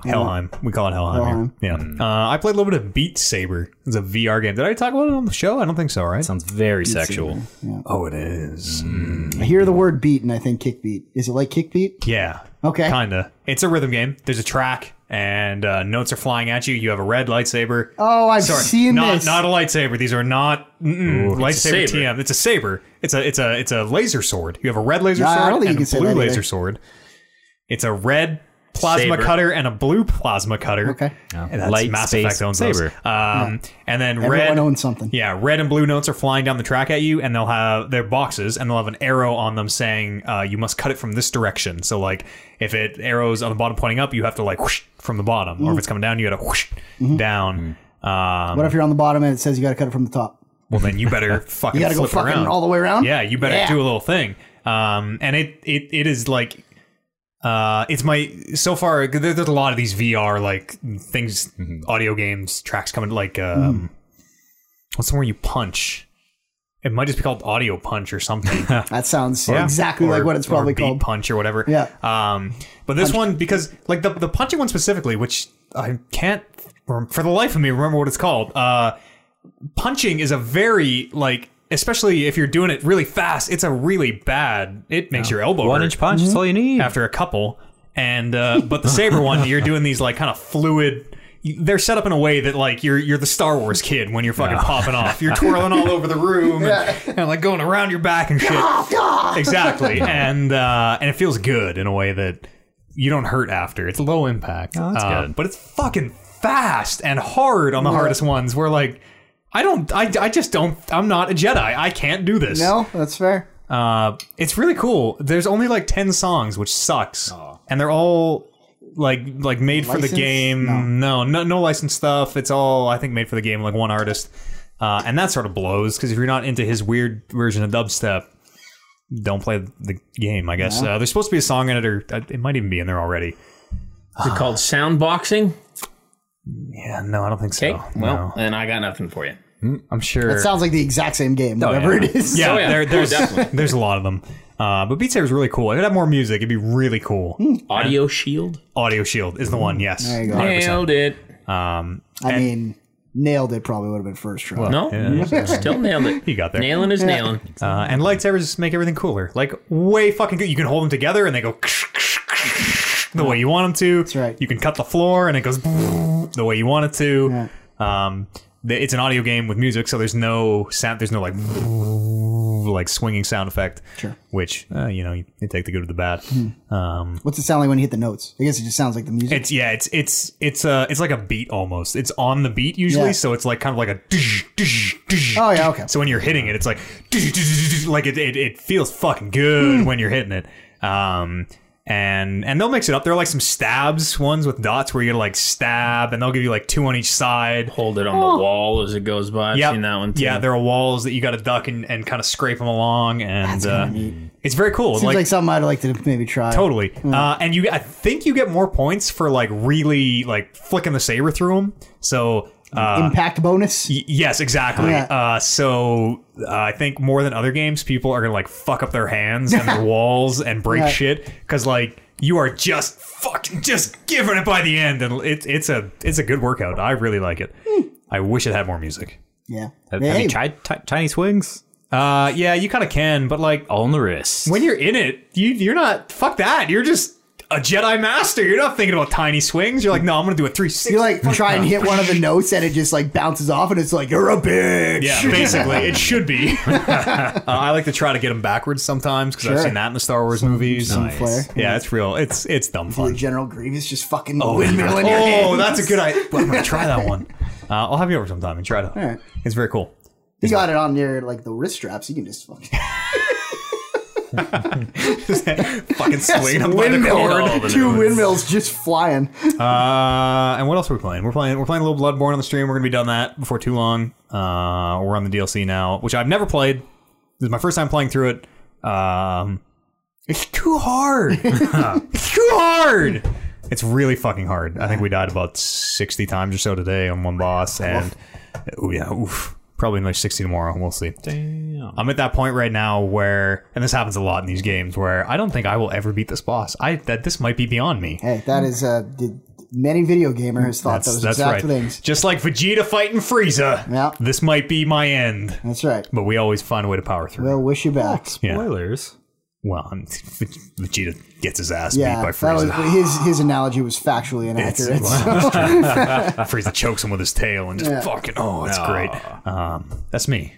Helheim. We call it Helheim. here. Yeah. Hmm. Uh, I played a little bit of Beat Saber. It's a VR game. Did I talk about it on the show? I don't think so. Right? sounds very sexual. Oh, it is. I hear the word beat and I think kick beat. Is it like kick beat? Yeah. Okay. Kinda. It's a rhythm game. There's a track, and uh, notes are flying at you. You have a red lightsaber. Oh, I've Sorry, seen not this. not a lightsaber. These are not mm-mm, lightsaber saber. TM. It's a saber. It's a it's a it's a laser sword. You have a red laser Nah, I sword don't think you and can a say blue that laser either. sword. It's a red plasma Saber. cutter and a blue plasma cutter. Okay. And that's Light Mass space Effect owns saber. those. Um, and then Everyone red owns something. yeah, red and blue notes are flying down the track at you, and they'll have their boxes, and they'll have an arrow on them saying uh, you must cut it from this direction. So, like, if it arrows on the bottom pointing up, you have to like whoosh from the bottom, Mm. or if it's coming down, you got to whoosh Mm-hmm. down. Um, What if you're on the bottom and it says you got to cut it from the top? well, then you better fucking You got to go flip fucking around all the way around. yeah, you better Yeah. do a little thing. Um, and it it it is like, uh, it's my so far. There, there's a lot of these VR like things, audio games, tracks coming. Like, um, what's the one where you punch? It might just be called audio punch or something. That sounds exactly Or- like what it's or probably beat called. punch or whatever. Yeah. Um, but this one because like the the punching one specifically, which I can't for for the life of me remember what it's called. Uh, punching is a very like. Especially if you're doing it really fast, it's a really bad. It makes your elbow One hurt inch punch. That's all you need. after a couple. And uh, but the saber one, you're doing these like kind of fluid. They're set up in a way that like you're you're the Star Wars kid when you're fucking popping off. You're twirling all over the room and, and like going around your back and shit. Ah, exactly, and uh, and it feels good in a way that you don't hurt after. It's low impact, Oh, that's Uh, good. but it's fucking fast and hard on the hardest ones. Where like I don't, I, I just don't. I'm not a Jedi. I can't do this. No, that's fair. Uh, it's really cool. There's only like ten songs, which sucks, and they're all like like made for the Licensed? game. No. no, no, licensed stuff. It's all I think made for the game, like one artist, uh, and that sort of blows because if you're not into his weird version of dubstep, don't play the game. I guess uh, there's supposed to be a song in it, or uh, it might even be in there already. Is it Ah. called soundboxing? Yeah, no, I don't think so. Okay. Well, Oh, No. then I got nothing for you. I'm sure. It sounds like the exact same game, whatever yeah. it is. yeah, Oh, yeah. there- Oh, there's definitely. there's a lot of them. Uh, but Beat Saber's really cool. If it had more music, it'd be really cool. Audio shield. Audio Shield is the one. Yes, Hmm. There you go. 100%. Nailed it. Um, I mean, nailed it probably would have been first try. No, still nailed it. he got there. Nailing is nailing. Uh, and lightsabers just make everything cooler. Like way fucking good. You can hold them together and they go the way you want them to. That's right. You can cut the floor and it goes the way you want it to. Um, th- it's an audio game with music, so there's no sound. There's no like like swinging sound effect. Sure. Which uh, you know you, you take the good with the bad. Um, What's it sound like when you hit the notes? I guess it just sounds like the music. It's yeah, it's it's it's uh it's like a beat almost. It's on the beat usually, Yeah. so it's like kind of like a. Oh, yeah, okay. So when you're hitting it, it's like like it it, it feels fucking Hmm. good when you're hitting it. Um. And and they'll mix it up. There are like some stabs ones with dots where you gotta like stab, and they'll give you like two on each side. Hold it on Oh. the wall as it goes by. I've Yep. seen that one too. Yeah, there are walls that you gotta duck and, and kind of scrape them along, and uh, it's very cool. Seems like, something I'd like to maybe try. Totally. Mm. Uh, and you, I think you get more points for like really like flicking the saber through them. So. Uh, Impact bonus. y- Yes, exactly. Yeah. Uh, so uh, I think more than other games, people are gonna like fuck up their hands and their walls and break Yeah. shit because like you are just fucking just giving it by the end, and it's it's a it's a good workout. I really like it. Hmm. I wish it had more music. Yeah. Have, have Hey, you tried ti- tiny swings? Uh, yeah, you kind of can, but like On the wrist. when you're in it, you you're not fuck that. You're just a Jedi Master. You're not thinking about tiny swings. You're like, no, I'm gonna do a 360. You like try and hit one of the notes and it just like bounces off and it's like you're a bitch. Yeah, basically, it should be. Uh, I like to try to get them backwards sometimes because I've Sure. seen that in the Star Wars movies. some Nice. flair. Yeah, it's real. It's it's dumb Like fun. General Grievous just fucking windmill in your oh, hand. that's a good idea. I'm gonna try that one. Uh, I'll have you over sometime and try it out. Alright. It's very cool. You got it on there like the wrist straps. You can just fucking Fucking swinging them by the cord. windmill, two windmills just flying. Uh, and what else are we playing? We're playing we're playing a little Bloodborne on the stream. We're gonna be done that before too long. Uh, we're on the DLC now, which I've never played. This is my first time playing through it. Um, it's too hard. it's too hard. It's really fucking hard. I think we died about sixty times or so today on one boss, and oh yeah, oof. Probably another sixty tomorrow. We'll see. Damn. I'm at that point right now where, and this happens a lot in these games, where I don't think I will ever beat this boss. I that this might be beyond me. Hey, that is uh, did, many video gamer has thought those exact things. Just like Vegeta fighting Frieza. Yeah. This might be my end. That's right. But we always find a way to power through. They'll wish you back. Yeah. Spoilers. Well, I'm- Vegeta gets his ass Yeah, beat by that was Frieza. his his analogy was factually It's- inaccurate. Frieza chokes him with his tail and just fucking, oh, it's great. Um, that's me.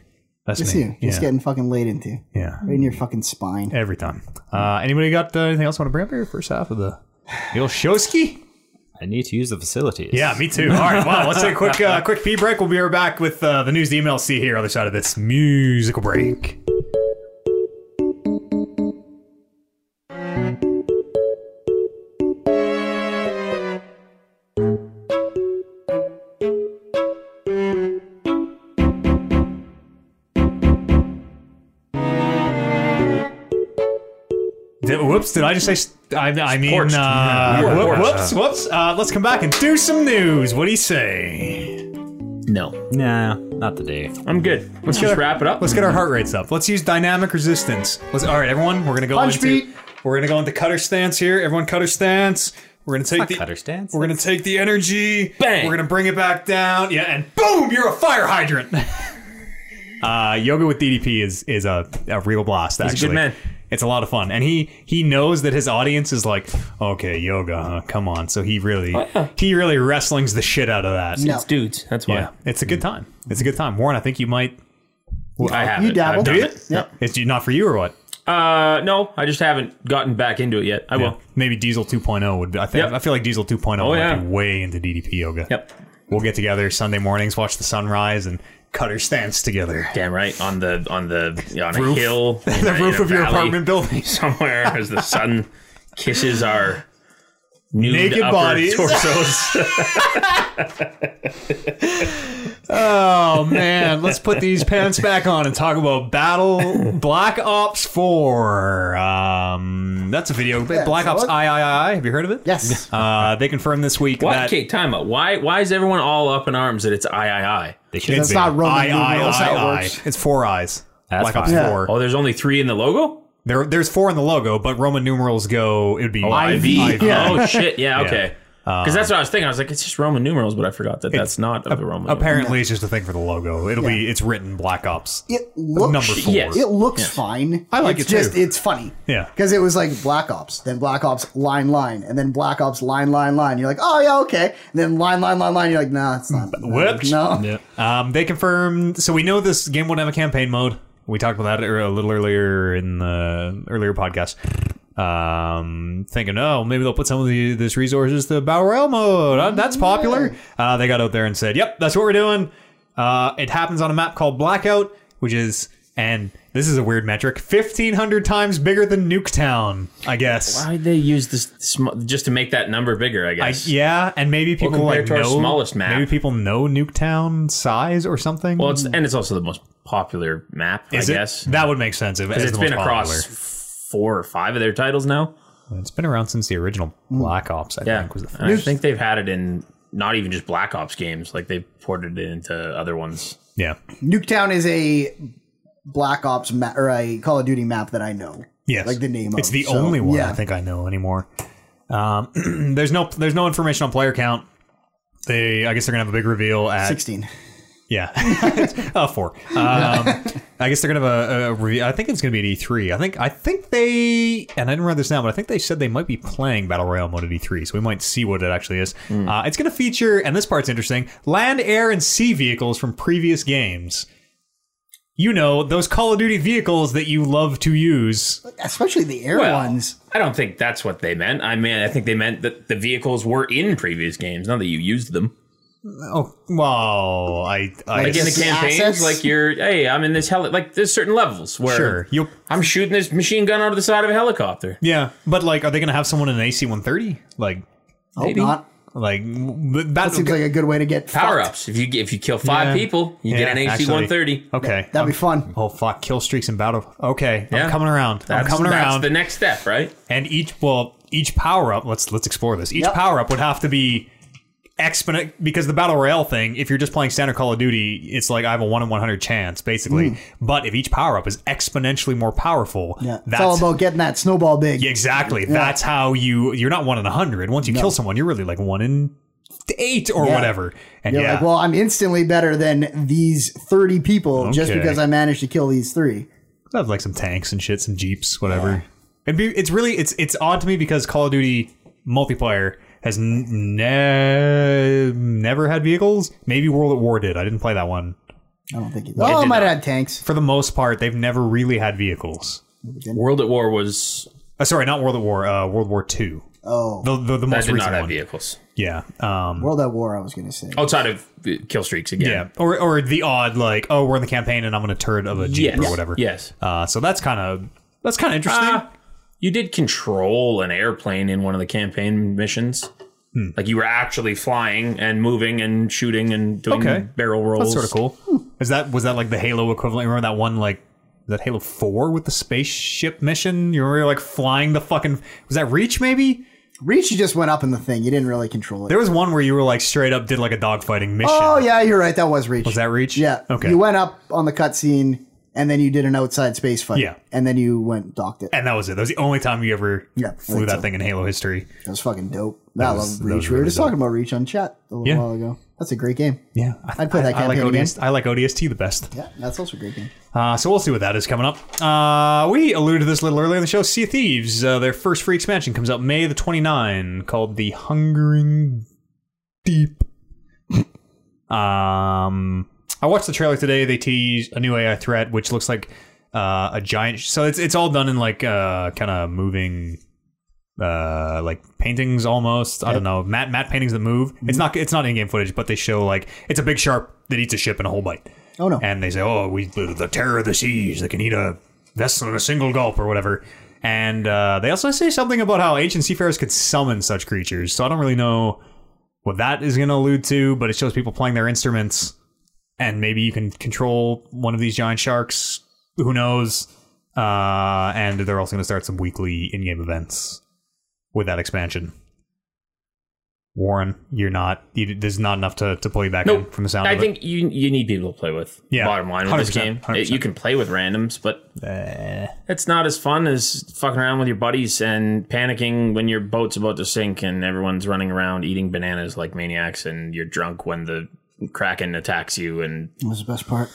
That's It's me. you. yeah. Just getting fucking laid into. Right yeah. in your fucking spine. Every time. Uh, anybody got uh, anything else want to bring up here? First half of the. Yoshowski? I need to use the facilities. Yeah, me too. All right, wow. Let's take a quick, uh, quick pee break. We'll be right back with uh, the news, the email. See you here, other side of this musical break. Did- whoops! Did I just say? St- I, I mean, Porched. uh, You were whoop- porched. whoops, whoops. Uh, let's come back and do some news. What do you say? No, Nah, not today. I'm good. Let's just wrap it up. Let's get our heart rates up. Let's use dynamic resistance. Let's. All right, everyone. We're gonna go Punch into. beat. We're gonna go into cutter stance here. Everyone, cutter stance. We're gonna take Not the cutter stance. We're gonna take the energy. Bang. We're gonna bring it back down. Yeah, and boom! You're a fire hydrant. uh, yoga with DDP is is a, a real blast. Actually, a good man. It's a lot of fun, and he he knows that his audience is like, okay, yoga, huh? come on. So he really Oh, he really wrestlings the shit out of that. No. It's dudes. That's why. Yeah, it's a good time. It's a good time. Warren, I think you might. I have You it. I've dabble. done Do you? it. Yep. It's not for you or what? Uh, no, I just haven't gotten back into it yet. I will. Maybe Diesel 2.0 would. I think Yep. Oh, I feel like Diesel 2.0 might yeah. be way into DDP yoga. Yep. We'll get together Sunday mornings, watch the sunrise, and cut our stance together. Damn right on the on the yeah, on Roof. a hill, in the a- roof in a of your valley apartment building. somewhere as the sun kisses our nude Naked upper bodies. torsos. Oh man, let's put these pants back on and talk about Battle Black Ops 4. Um, that's a video. Black so Ops what- I I I. Have you heard of it? Yes. Uh, they confirmed this week what? that Okay, time out. Why why is everyone all up in arms that it's I I I? They should it's That's not Roman I I numerals, how it I I. works. It's four eyes. That's Black Ops fine. Yeah. 4. Oh, there's only three in the logo. There, there's four in the logo, but Roman numerals go. It would be IV. Oh shit. Yeah. Okay. Because that's what I was thinking. I was like, it's just Roman numerals, but I forgot that that's not of the Roman. numerals. Apparently, it's just a thing for the logo. It'll be it's written Black Ops. It looks Number four. Yes. It looks fine. I like it's it too. just it's funny. Yeah. Because it was like Black Ops, then Black Ops line line, and then Black Ops line line line. You're like, oh yeah, okay. And then line line line line. You're like, nah, it's not. Whoops. No. Um, they confirmed. So we know this game won't have a campaign mode. We talked about that er- a little earlier in the earlier podcast. Um, thinking, oh, maybe they'll put some of the, this resources to battle royale mode. Uh, That's popular. Uh, they got out there and said, "Yep, that's what we're doing." Uh, it happens on a map called Blackout, which is, and this is a weird metric, fifteen hundred times bigger than Nuketown, I guess. Why'd they use this sm- just to make that number bigger? I I, guess. yeah, and maybe people compared like to our know smallest map. Maybe people know Nuketown size or something. Well, it's, and it's also the most popular map, Is I it? guess. that would make sense. If, as It's the been most across popular. four or five of their titles now. It's been around since the original Hmm. Black Ops. I think was the And I first. think they've had it in not even just Black Ops games. Like they've ported it into other ones. Yeah, Nuketown is a Black Ops ma- or a Call of Duty map that I know. yes. Like the name It's of, the so, only one yeah. I think I know anymore. Um, there's no there's no information on player count. They I guess they're gonna have a big reveal at Sixteen. yeah uh, four. Um, I guess they're gonna have a, a review. I think it's gonna be at E3. I think I think they and I didn't write this down, but I think they said they might be playing Battle Royale mode at E3, so we might see what it actually is. Hmm. Uh, it's gonna feature, and this part's interesting: land, air, and sea vehicles from previous games. You know those Call of Duty vehicles that you love to use. especially the air Well, ones. I don't think that's what they meant. I mean, I think they meant that the vehicles were in previous games, not that you used them. Oh, well, I, I Like Like in the Just the campaigns, assets? like you're, hey, I'm in this heli. Like there's certain levels where sure you. I'm shooting this machine gun out of the side of a helicopter. Yeah, but like, are they gonna have someone in an AC-130? Like, Hope not. like that That seems like a good way to get Power fucked. ups. If you get- if you kill five Yeah. people, you get an Yeah, AC-130. Okay, That'd be fun. Oh fuck! Kill streaks in battle. Okay, Yeah. I'm coming around. That's, I'm coming that's around. the next step, right? and each well, each power up. Let's let's explore this. Each Yep. power up would have to be exponent because the battle royale thing. If you're just playing standard Call of Duty, it's like I have a one in one hundred chance Hmm. basically. But if each power up is exponentially more powerful, Yeah, it's that's all about getting that snowball big. Yeah, exactly. That's how you. You're not one in a hundred. Once you kill someone, you're really like one in eight or Yeah. whatever. And You're yeah, like, well, I'm instantly better than these 30 people just Okay. because I managed to kill these three. They'll have like some tanks and shit, some jeeps, whatever. It'd be, it's really it's it's odd to me because Call of Duty multiplayer has n- ne- never had vehicles. Maybe World at War did. I didn't play that one. I don't think he. Oh, I might have had tanks. For the most part, they've never really had vehicles. World at War was Uh, sorry, not World at War. Uh, World War Two. Oh, The the, the I most did recent not have one. vehicles Yeah. Um. World at War, I was going to say. outside of uh, kill streaks again. Yeah. Or or the odd like oh we're in the campaign and I'm on a turret of a jeep Yes. or whatever. Yes. Uh. So that's kind of that's kind of interesting. Uh, you did control an airplane in one of the campaign missions. Hmm. Like you were actually flying and moving and shooting and doing Okay. barrel rolls. That's sort of cool. Is that was that like the Halo equivalent? Remember that one like that Halo Four with the spaceship mission? You remember like flying the fucking was that Reach maybe? Reach, you just went up in the thing. You didn't really control it. There was one where you were like straight up did like a dogfighting mission. oh, yeah, you're right. That was Reach. was that Reach? Yeah. Okay. You went up on the cutscene and then you did an outside space fight. Yeah. And then you went docked it. and that was it. That was the only time you ever Yeah, flew that's that it. thing in Halo history. That was fucking dope. I love was- that Reach. was we were really just dope. talking about Reach on chat a little Yeah. while ago. That's a great game. Yeah, I'd play that I, I like campaign again. ODS, I like ODST the best. Yeah, that's also a great game. Uh, so we'll see what that is coming up. Uh, we alluded to this a little earlier in the show. Sea of Thieves, uh, their first free expansion comes out May the 29, called The Hungering Deep. um, I watched the trailer today. They tease a new AI threat, which looks like uh, a giant. So it's it's all done in like uh, kind of moving, uh, like paintings almost. I don't know matte matte paintings that move. It's not it's not in game footage, but they show like it's a big shark that eats a ship in a whole bite Oh, no. and they say, "Oh, we the, the terror of the seas that can eat a vessel in a single gulp or whatever." And uh, they also say something about how ancient seafarers could summon such creatures. So I don't really know what that is going to allude to, but it shows people playing their instruments, and maybe you can control one of these giant sharks. Who knows? Uh, and they're also going to start some weekly in-game events with that expansion. Warren, you're not. You, there's not enough to, to pull you back in Nope. from the sound. I of it. think you you need people to play with. Yeah. Bottom line with this 100%, game, It- you can play with randoms, but Eh. it's not as fun as fucking around with your buddies and panicking when your boat's about to sink and everyone's running around eating bananas like maniacs and you're drunk when the kraken attacks you and That was the best part.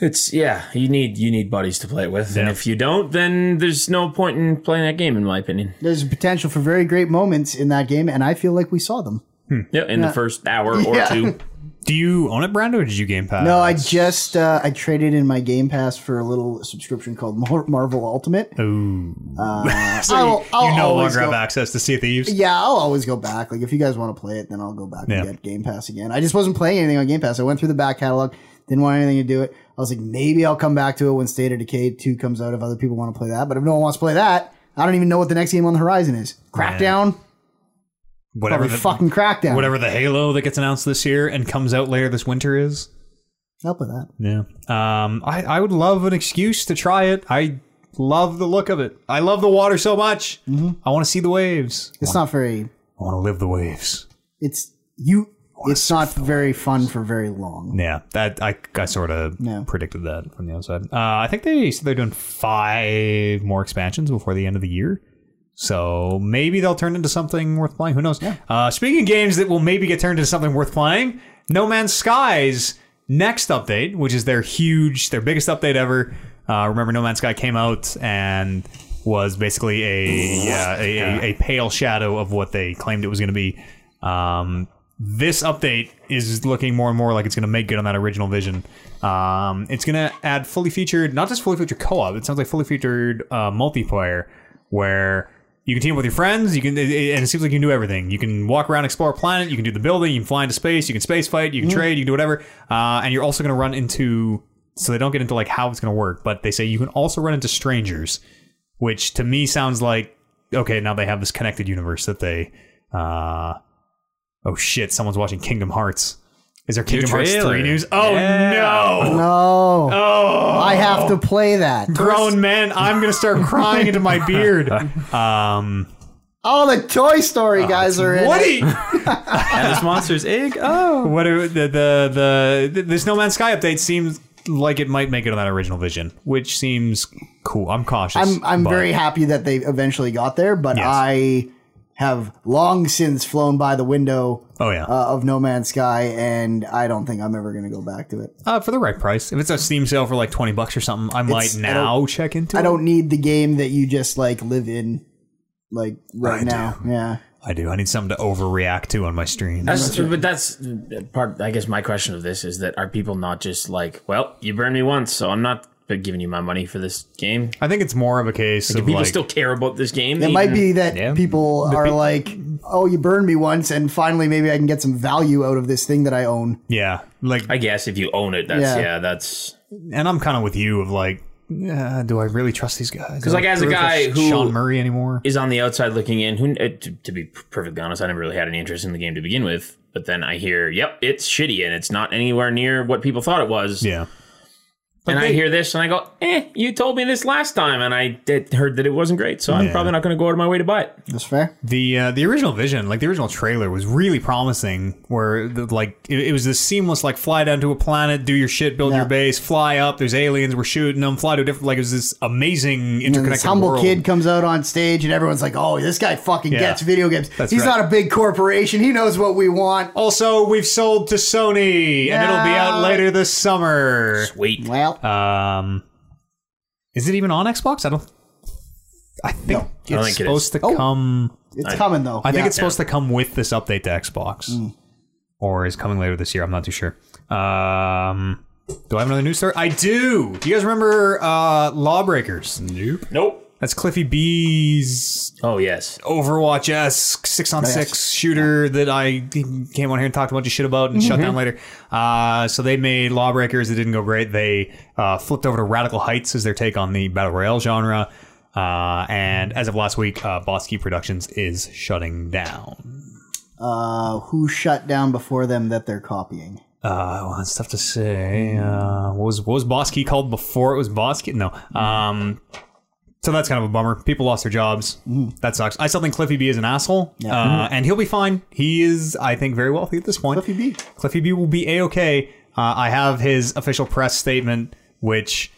It's yeah, you need you need buddies to play it with, and if you don't, then there's no point in playing that game, in my opinion. There's potential for very great moments in that game, and I feel like we saw them. Yeah, in the first hour or Yeah. two. Do you own it, Brando, or did you Game Pass? No, I just uh, I traded in my Game Pass for a little subscription called Mar- Marvel Ultimate. Oh. so I'll- you, I'll you no always longer have go- access to Sea of Thieves. Yeah, I'll always go back. Like if you guys want to play it, then I'll go back Yeah. and get Game Pass again. I just wasn't playing anything on Game Pass. I went through the back catalog, didn't want anything to do it. I was like, maybe I'll come back to it when State of Decay two comes out if other people want to play that. But if no one wants to play that, I don't even know what the next game on the horizon is. Crackdown, whatever probably the fucking Crackdown. whatever the Halo that gets announced this year and comes out later this winter is. Help with that. Yeah. Um, I I would love an excuse to try it. I love the look of it. I love the water so much. Mm-hmm. I want to see the waves. It's not very. I want to live the waves. It's you. It's not very fun for very long. Yeah, that I, I sort of No. predicted that from the outside. Uh, I think they said they're doing five more expansions before the end of the year, so maybe they'll turn into something worth playing. Who knows? Uh, speaking of games that will maybe get turned into something worth playing, No Man's Skies next update, which is their huge, their biggest update ever. Uh, remember, No Man's Sky came out and was basically a, uh, a, a a pale shadow of what they claimed it was going to be. Um, this update is looking more and more like it's going to make good on that original vision. Um, it's going to add fully featured, not just fully featured co-op. It sounds like fully featured uh, multiplayer where you can team up with your friends. You can, it- it- and it seems like you can do everything. You can walk around, explore a planet. You can do the building. You can fly into space. You can space fight. You can Mm-hmm. trade. You can do whatever. Uh, and you're also going to run into. So they don't get into like how it's going to work, but they say you can also run into strangers, which to me sounds like okay. Now they have this connected universe that they. Uh, oh shit! Someone's watching Kingdom Hearts. Is there Kingdom Hearts trailer. three news? Oh Yeah. no! No. Oh, I have to play that. grown man! I'm gonna start crying into my beard. Um, All the Toy Story guys are in. Ah, what? it. do you- and this monster's egg. Oh, What are the the the this No Man's Sky update seems like it might make it on that original vision, which seems cool. I'm cautious. I'm I'm but- very happy that they eventually got there, but Yes. I have long since flown by the window oh yeah. Uh, uh, of No Man's Sky, and I don't think I'm ever going to go back to it. Uh, for the right price, if it's a Steam sale for like twenty bucks or something, I might I now check into. I it. don't need the game that you just like live in, like right now. Yeah, I do. I need something to overreact to on my stream. That's, but that's part. I guess my question of this is that are people not just like, well, you burned me once, so I'm not giving you my money for this game. I think it's more of a case Do of people like, still care about this game? it might be that Yeah. people are like, "Oh, you burned me once, and finally maybe I can get some value out of this thing that I own." yeah, like, I guess if you own it, that's Yeah. yeah, that's and I'm kind of with you of like, uh, do I really trust these guys? Because like, as a guy who- Sean Murray anymore, is on the outside looking in. Who, uh, to, to be perfectly honest, I never really had any interest in the game to begin with. But then I hear, yep, it's shitty and it's not anywhere near what people thought it was. yeah, and I they- hear this and I go, eh, you told me this last time, and I did, heard that it wasn't great, so I'm probably not going to go out of my way to buy it. That's fair. The uh, the original vision, like the original trailer, was really promising. Where the, like it, it was this seamless, like fly down to a planet, do your shit, build Yeah. your base, fly up. There's aliens, we're shooting them, fly to a different. Like it was this amazing And interconnected this humble world. kid comes out on stage, and everyone's like, "Oh, this guy fucking gets video games. He's right. not a big corporation. He knows what we want." Also, we've sold to Sony, and it'll be out Yeah. later this summer. Wait, Well, Um, is it even on Xbox? I don't. I think it's don't think it supposed to Oh. come. it's coming though. Uh, I think Yeah. it's supposed to come with this update to Xbox, or is coming later this year. I'm not too sure. Um, do I have another news story? I do. Do you guys remember uh, Lawbreakers? Nope. nope. That's Cliffy B's Oh yes, Overwatch esque six on six shooter that I came on here and talked a bunch of shit about and shut down later. Uh, so they made Lawbreakers. It didn't go great. They uh, flipped over to Radical Heights as their take on the battle royale genre. Uh, and as of last week, uh, Bosky Productions is shutting down. Uh, who shut down before them that they're copying? Uh, well, that's tough to say. Uh, what was what was Bosky called before it was Bosky? No. Um, so that's kind of a bummer. People lost their jobs. That sucks. I still think Cliffy B is an asshole, uh, and he'll be fine. He is, I think, very wealthy at this point. Mm-hmm. Cliffy B. Cliffy B will be a okay. Uh, I have his official press statement, which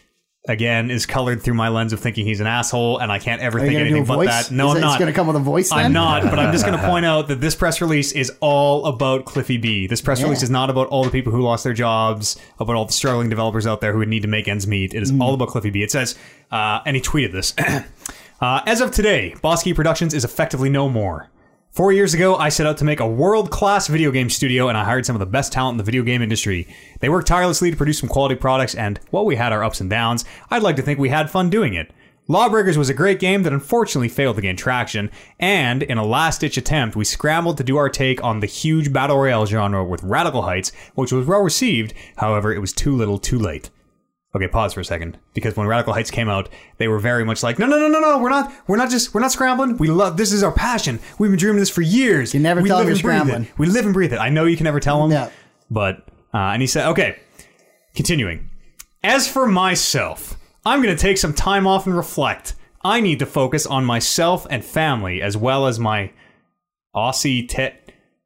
again is colored through my lens of thinking he's an asshole, and I can't ever Are you think gonna do a anything but voice? that. No, Is I'm it- not. It's gonna come with a voice. Then? I'm not, but I'm just going to point out that this press release is all about Cliffy B. This press release is not about all the people who lost their jobs, about all the struggling developers out there who would need to make ends meet. It is all about Cliffy B. It says, uh, and he tweeted this. Uh, as of today, Bosky Productions is effectively no more. Four years ago, I set out to make a world class video game studio and I hired some of the best talent in the video game industry. They worked tirelessly to produce some quality products, and while we had our ups and downs, I'd like to think we had fun doing it. Lawbreakers was a great game that unfortunately failed to gain traction, and in a last ditch attempt, we scrambled to do our take on the huge battle royale genre with Radical Heights, which was well received, however, it was too little too late. Okay, pause for a second because when Radical Heights came out, they were very much like, no, no, no, no, no, we're not, we're not just, we're not scrambling. We love this is our passion. We've been dreaming this for years. You never we tell live them and you're breathe it. scrambling. We live and breathe it. I know you can never tell them, Yeah. but uh, and he said, okay, continuing. As for myself, I'm going to take some time off and reflect. I need to focus on myself and family as well as my Aussie Ted,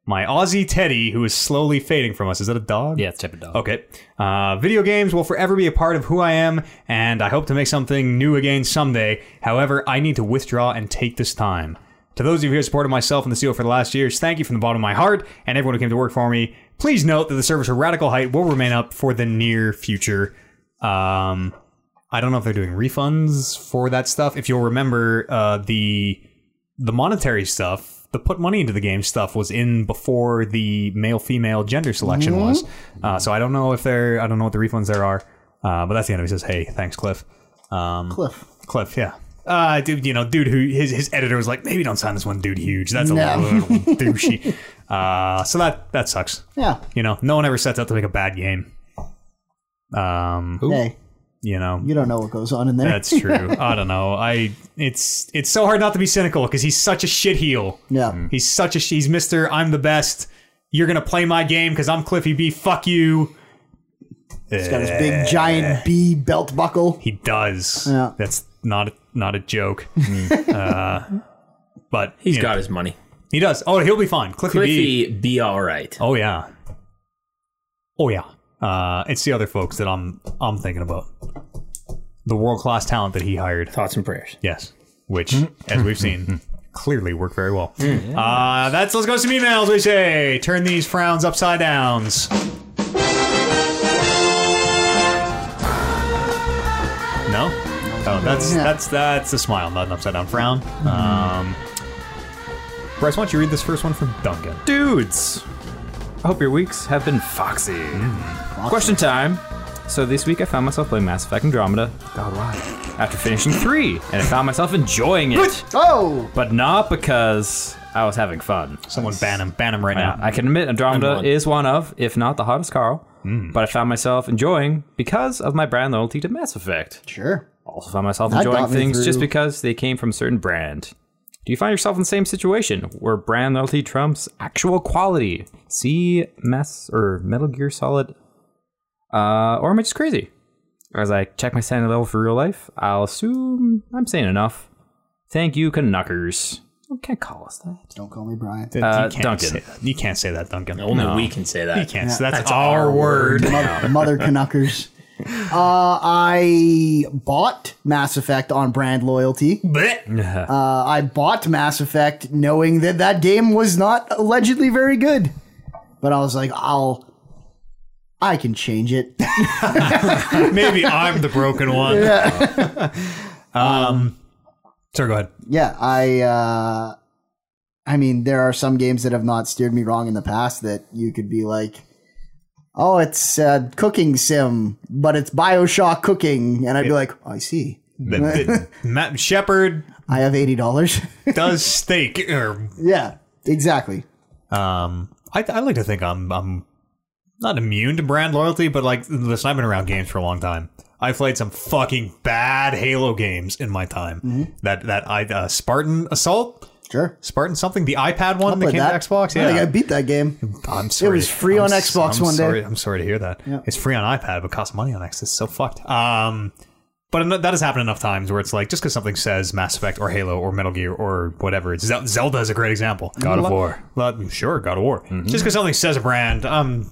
my Aussie Teddy, who is slowly fading from us. Is that a dog? yeah, it's type of dog. Okay. Uh, video games will forever be a part of who I am, and I hope to make something new again someday. However, I need to withdraw and take this time. To those of you who have supported myself and the seal for the last years, thank you from the bottom of my heart and everyone who came to work for me. Please note that the service for Radical Height will remain up for the near future. Um, I don't know if they're doing refunds for that stuff. If you'll remember, uh, the the monetary stuff, the put money into the game stuff, was in before the male female gender selection was. Uh, so I don't know if they're I don't know what the refunds there are. Uh, but that's the end of it. He says, "Hey, thanks, Cliff." Um, Cliff. Cliff, yeah. Uh, dude, you know, dude who his his editor was like, maybe don't sign this one, dude. Huge. That's a No. little douchey. Uh, so that that sucks. Yeah. You know, no one ever sets out to make a bad game. Um, Hey, you know, you don't know what goes on in there. that's true. I don't know. I it's it's so hard not to be cynical because he's such a shit heel. yeah. Mm-hmm. He's such a sh- he's Mister. I'm the best. You're gonna play my game because I'm Cliffy B. Fuck you. He's got his big giant B belt buckle. He does. Yeah. That's not not a joke. uh, but Mm-hmm. He's you know, got his money. He does. Oh, he'll be fine. Cliffy, B. Cliffy, be all right. Oh yeah. Oh yeah. Uh, it's the other folks that I'm I'm thinking about. The world class talent that he hired. Thoughts and prayers. Yes, which as we've seen. Clearly work very well. Uh, that's let's go to some emails. We say turn these frowns upside downs. No, oh, that's Yeah. that's that's a smile, not an upside down frown. Um, Bryce, why don't you read this first one from Duncan? Dudes, I hope your weeks have been foxy. Question time. So this week I found myself playing Mass Effect Andromeda. God, why? After finishing three, and I found myself enjoying it, Oh, but not because I was having fun. Someone ban him, ban him right Yeah, now. I can admit Andromeda one. is one of, if not the hottest Carl, but I found myself enjoying because of my brand loyalty to Mass Effect. sure. Also found myself That enjoying got me things just through. because they came from a certain brand. Do you find yourself in the same situation where brand loyalty trumps actual quality? See Mass or Metal Gear Solid, uh, or am I just crazy? As I check my sanity level for real life, I'll assume I'm sane enough. Thank you, Canuckers. You can't call us that. Don't call me Brian. you Uh, can't Duncan. say that. You can't say that, Duncan. Only we can say that. You can't. say that's, our word. Mother, mother Canuckers. Uh, I bought Mass Effect on brand loyalty. Blech. Uh, I bought Mass Effect knowing that that game was not allegedly very good, but I was like, I'll, I can change it. Maybe I'm the broken one. um, sorry, go ahead. yeah, I uh I mean there are some games that have not steered me wrong in the past that you could be like oh it's a cooking sim but it's BioShock cooking and I'd be like I see. The- the- Matt Shepard I have $80. does steak. Or, yeah, exactly. um, I, I like to think I'm I'm not immune to brand loyalty, but like listen, I've been around games for a long time. I've played some fucking bad Halo games in my time. Mm-hmm. That that I uh, Spartan Assault, Sure. Spartan something, the iPad one that But came that- to Xbox. Yeah, I think I beat that game. I'm sorry. was free I'm on s- Xbox I'm one day. sorry- I'm sorry to hear that. It's free on iPad, but costs money on X. It's so fucked. Um, but I'm not- that has happened enough times where it's like just because something says Mass Effect or Halo or Metal Gear or whatever. It's Zel- Zelda is a great example. God of War. Mm-hmm. sure, God of War. Just because something says a brand, um,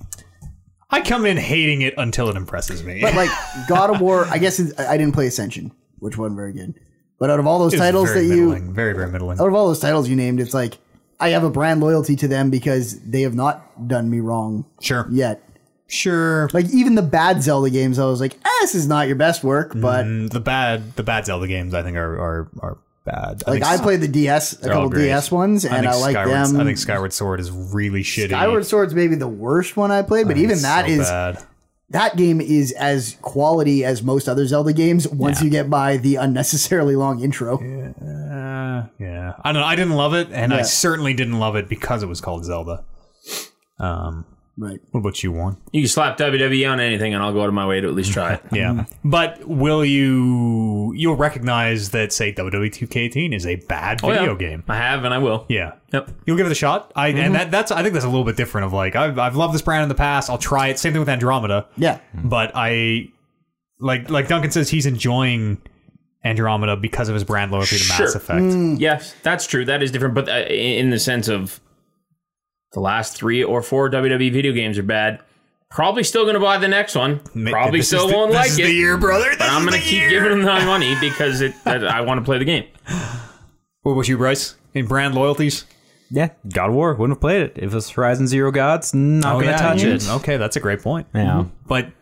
I come in hating it until it impresses me. But like God of War, I guess it's, I I didn't play Ascension, which wasn't very good. But out of all those It's titles that very you Oh, middling, very very middling. out of all those titles you named, it's like I have a brand loyalty to them because they have not done me wrong Sure, yet. sure. Like even the bad Zelda games, I was like, eh, this is not your best work, but Mm, the bad the bad Zelda games I think are are, are bad. like I played the DS, a all couple great. DS ones, and I, like Skyward, them. I think Skyward Sword is really shitty. Skyward Sword's maybe the worst one I played, but even that so is bad. that game is as quality as most other Zelda games once you get by the unnecessarily long intro. Uh, yeah, I don't. know. I didn't love it, and I certainly didn't love it because it was called Zelda. Right. What about you, Juan? You can slap WWE on anything, and I'll go out of my way to at least try it. Yeah, Mm-hmm. but will you? You'll recognize that say E WWE 2K18 is a bad Oh, yeah. video game. I have, and I will. Yeah. Yep. You'll give it a shot, I, Mm-hmm. and that, that's I think that's a little bit different. Of like I've, I've loved this brand in the past. I'll try it. Same thing with Andromeda. Yeah. but I like like Duncan says he's enjoying Andromeda because of his brand loyalty to Mass Sure. Effect. Mm. Yes, that's true. That is different, but uh, in the sense of the last three or four WWE video games are bad. Probably still going to buy the next one. Ma- Probably this still is the- won't this like is it. the year, brother. This but I'm is going the to keep year. giving them my money because it. that I want to play the game. What about you, Bryce? In brand loyalties? Yeah, God of War wouldn't have played it if it was Horizon Zero Gods. Not gonna touch it. Oh, Okay, that's a great point. Yeah, But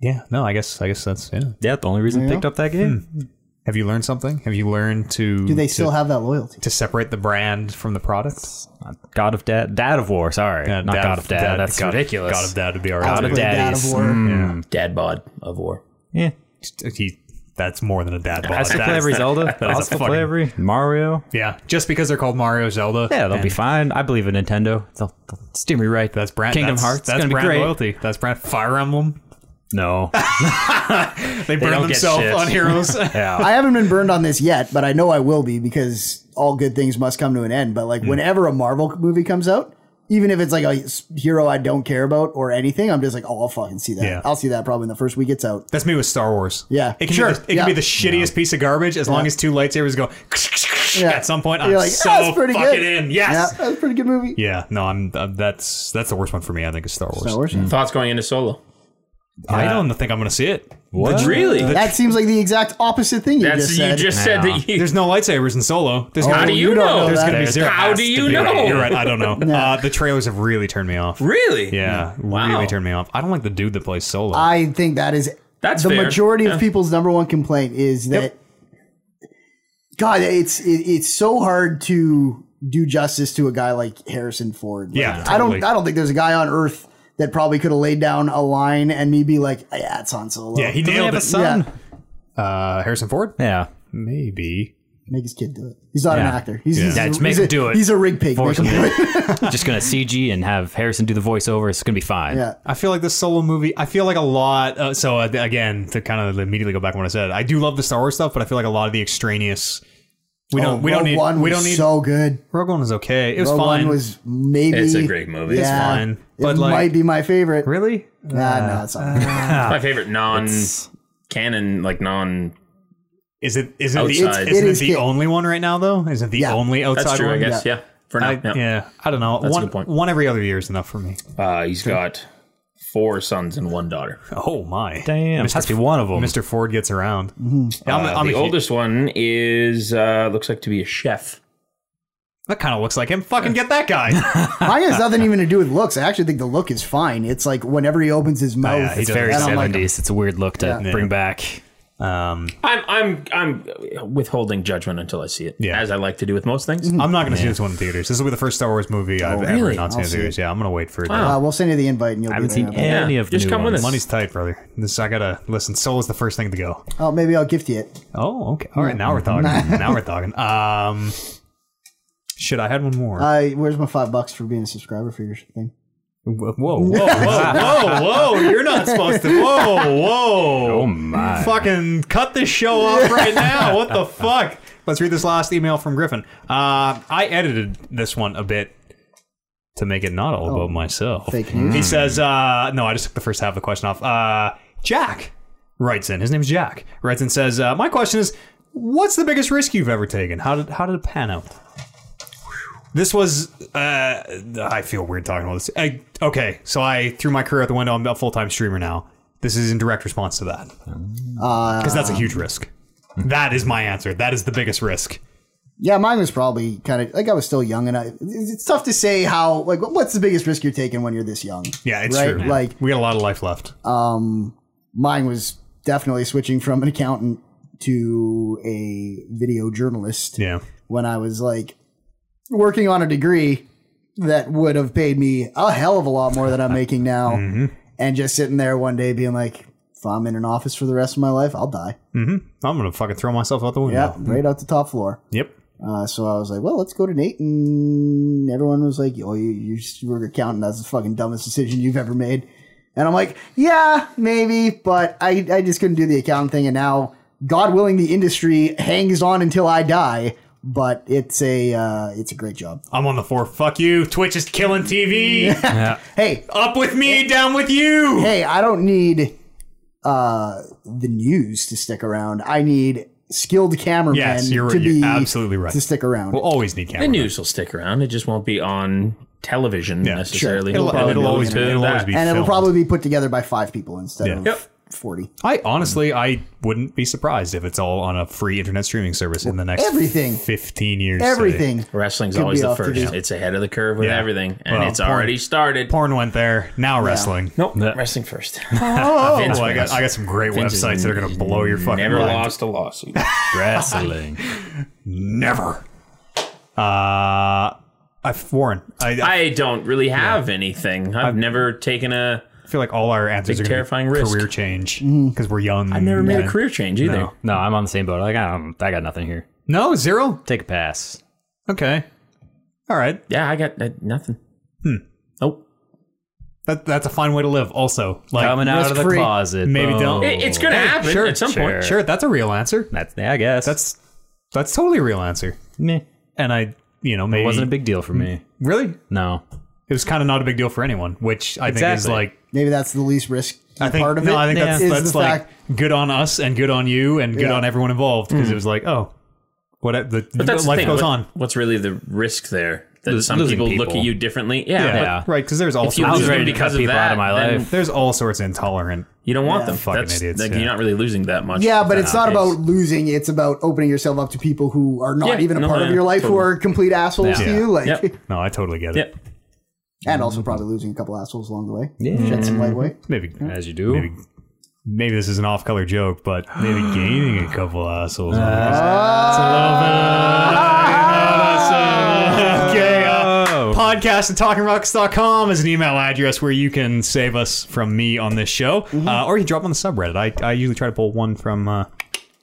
yeah, no, I guess I guess that's yeah. Hmm. yeah. The only reason I picked up that game. Have you learned something? Have you learned to Do they to, still have that loyalty? to separate the brand from the product? God of Dad, Dad of War. Sorry, Yeah, Uh, not God of Dad. Dad- That's God- ridiculous. God of Dad would be our God of Like Dad God is- of War. mm. Dad bod of war. Yeah, He, that's more than a dad bod. I Oh, still That's- play every Zelda. is I a still fucking- play every Mario. yeah, just because they're called Mario Zelda. Yeah, they'll be and fine. I believe in Nintendo. They'll, they'll steer me right. That's brand Kingdom that's, Hearts. It's That's gonna be brand great. loyalty. That's brand Fire Emblem. No, They burn don't get themselves shit. on heroes. yeah, I haven't been burned on this yet, but I know I will be because all good things must come to an end. But like Mm. whenever a Marvel movie comes out, even if it's like a s- hero I don't care about or anything, I'm just like, oh, I'll fucking see that. Yeah. I'll see that probably in the first week it's out. That's me with Star Wars. Yeah, it can sure, be the, it can yeah. be the shittiest piece of garbage as long as two lightsabers go. Yeah. At some point, You're I'm like, so "That was pretty fucking good." in. Yes. Yeah, that was a pretty good movie. Yeah. no, I'm. Uh, that's that's the worst one for me. I think is Star Wars. Star Wars. Thoughts going into solo. I don't think I'm going to see it. What? The- Really? That seems like the exact opposite thing you That's just you said. just said that you. There's no lightsabers in Solo. There's How gonna do be- you Oh, you don't know? know There's that? gonna be zero. How Has do to you be, know? right. You're right. I don't know. uh, the trailers have really turned me off. Really? Yeah, really turned me off. I don't like the dude that plays Solo. I think that is That's the fair. majority of people's number one complaint is that God, it's it, it's so hard to do justice to a guy like Harrison Ford. Like, Yeah, I don't totally. I don't think there's a guy on earth that probably could have laid down a line and me be like, yeah, it's Han Solo. yeah, he Doesn't he nailed have a it. son? Uh, Harrison Ford? Yeah. Maybe. make his kid do it. He's not an Yeah. actor. He's, he's, Yeah, just he's, make a, him do it. He's a rig pig. Make Force him do it. just gonna CG and have Harrison do the voiceover. It's gonna be fine. Yeah. I feel like this solo movie. I feel like a lot. Uh, so uh, again, to kind of immediately go back on what I said, I do love the Star Wars stuff, but I feel like a lot of the extraneous. We don't. Oh, we don't Rogue need. One we was don't need. so good. Rogue One was okay. It was Rogue fine. One was maybe It's a great movie. It's Yeah, fine, but, it like- might be my favorite. really. Nah, no, it's not. my favorite Mm. non-canon, like non. Is it? Is it Outside. the? Isn't It it, is the good. only one right now though? Is it the Yeah. only outside That's true, one? I guess. Yeah. For now, I, yeah. yeah. I don't know. a one, good point. one every other year is enough for me. Uh, he's got four sons and one daughter. Oh my! Damn, it has to be one of them. Mr. Ford gets around. Mm-hmm. I'm, Uh, I'm the a hu- oldest one is uh, looks like to be a chef. That kind of looks like him. Fucking get that guy. Mine has nothing even to do with looks. I actually think the look is fine. It's like whenever he opens his mouth, yeah, he it's does. Very I don't like seventies. it's a weird look to bring back. um, I'm I'm I'm withholding judgment until I see it, Yeah. as I like to do with most things. I'm not going to see this one in theaters. This will be the first Star Wars movie Oh, I've ever really? not seen in theaters. Yeah, I'm going to wait for it. Uh, we'll send you the invite and you'll I haven't be seen there. Yeah, any of the just new come with ones. us. Money's tight, brother. This I gotta listen. Solo's the first thing to go. oh, maybe I'll gift you it. Oh, okay. All right, now we're talking. now we're talking. Um, shit, I had one more. I Uh, where's my five bucks for being a subscriber for your thing? Whoa, whoa, whoa, whoa, whoa! You're not supposed to. Whoa, whoa! Oh, my. Fucking cut this show off right now! What the fuck? Let's read this last email from Griffin. Uh, I edited this one a bit to make it not all about myself. Fake news. He says, uh, no, I just took the first half of the question off. Uh, Jack writes in. His name's Jack. Writes in says, uh, my question is, what's the biggest risk you've ever taken? How did how did it pan out? This was. Uh, I feel weird talking about this. I, okay, so I threw my career out the window. I'm a full time streamer now. This is in direct response to that Uh, because that's a huge risk. That is my answer. That is the biggest risk. Yeah, mine was probably kind of like I was still young, and I, it's it's tough to say how like what's the biggest risk you're taking when you're this young. Yeah, it's right. true. man. Like Uh, we got a lot of life left. mine was definitely switching from an accountant to a video journalist. yeah, when I was like working on a degree that would have paid me a hell of a lot more than I'm making now, and just sitting there one day being like, if I'm in an office for the rest of my life, I'll die. I'm gonna fucking throw myself out the Yeah, window. right out the top floor. Yep. Uh, so I was like, well, let's go to Nate, and everyone was like, oh, you, you just were an accountant. That's the fucking dumbest decision you've ever made. And I'm like, yeah, maybe, but I, I just couldn't do the accountant thing. And now, God willing, the industry hangs on until I die. But it's a uh, it's a great job. I'm on the floor. Fuck you. Twitch is killing TV. Hey, Up with me, down with you. hey, I don't need uh, the news to stick around. I need skilled cameramen Yes, you're- to you're be absolutely right. to stick around. We'll always need The camera. news will stick around; it just won't be on television Yeah, necessarily. It'll, Probably it'll go always to be. It'll that. always be. and it'll filmed. probably be put together by five people instead Yeah. of Yep. forty. I honestly, I wouldn't be surprised if it's all on a free internet streaming service in the next Everything. fifteen years. say. Everything. Wrestling's Could always be the off to first. the- It's ahead of the curve with Yeah. everything, and Well, it's porn- already started. Porn went there. Now wrestling. Nope, Yeah. wrestling first. Oh, Vince I got wins. I got some great Vince is websites that are gonna blow your fucking Never mind. lost a lawsuit. Wrestling. Never. Uh, I've Warren. I, I I don't really have anything. I've never taken a. feel like all our answers are gonna Big be terrifying risk. career change because Mm-hmm. we're young. I've never made a career change either. No. No, I'm on the same boat. Like, I, don't, I got nothing here. No zero. Take a pass. Okay. All right. Yeah, I got uh, nothing. Hmm. Nope. That that's a fine way to live. Also, like Coming out of the risk-free. closet. Maybe don't- It- it's gonna Hey, happen sure, at some point. sure, that's a real answer. That's yeah, I guess. That's that's totally a real answer. meh. And I, you know, maybe It wasn't a big deal for me. really. No. It was kind of not a big deal for anyone, which I think is Exactly. like Maybe that's the least risky I think part of no, it. I think that's is that's the like fact good on us and good on you and good Yeah. Mm. on everyone involved because it was like oh, what the, But that's the life thing. goes What- on. What's really the risk there? That Lo- some losing people, look people. at you differently. Yeah, Yeah, but Yeah. right. Because there's all if you sorts lose was them ready to cut because of people that, out of my then life. there's all sorts of intolerant. You don't want them. Fucking That's, idiots, Like, yeah. You're not really losing that much. Yeah, but it's not nowadays. about losing. It's about opening yourself up to people who are not Yeah, even a no, part of yeah, your life, who totally. are complete assholes Yeah. to you, like, Yep. No, I totally get it. Yep. and also probably losing a couple assholes along the way. Yeah, shed some lightweight. Maybe As you do. maybe maybe this is an off-color joke, but maybe gaining a couple assholes. on this. Ah. Okay, uh, podcast at talkingrocks.com is an email address where you can save us from me on this show, uh, or you can drop on the subreddit. I, I usually try to pull one from uh,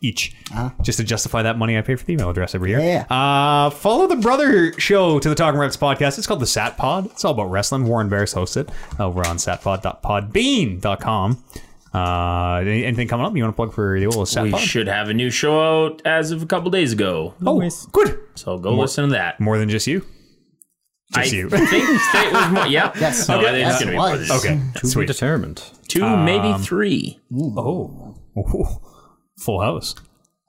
each just to justify that money I pay for the email address every year. Yeah. Uh, follow the brother show to the Talking Rocks podcast. It's called the Sat Pod. It's all about wrestling. Warren Barris hosts it over on satpod.podbean.com. Uh, any- anything coming up you want to plug for the old Sat We Pod? should have a new show out as of a couple days ago. oh, good. So go listen to that. More than just you. I Just you. think it was more. Yeah. Yes. No, I think Yes, it's it going to be more was. than Okay, To be sweet. determined. two, maybe three. Hmm. Oh, full house.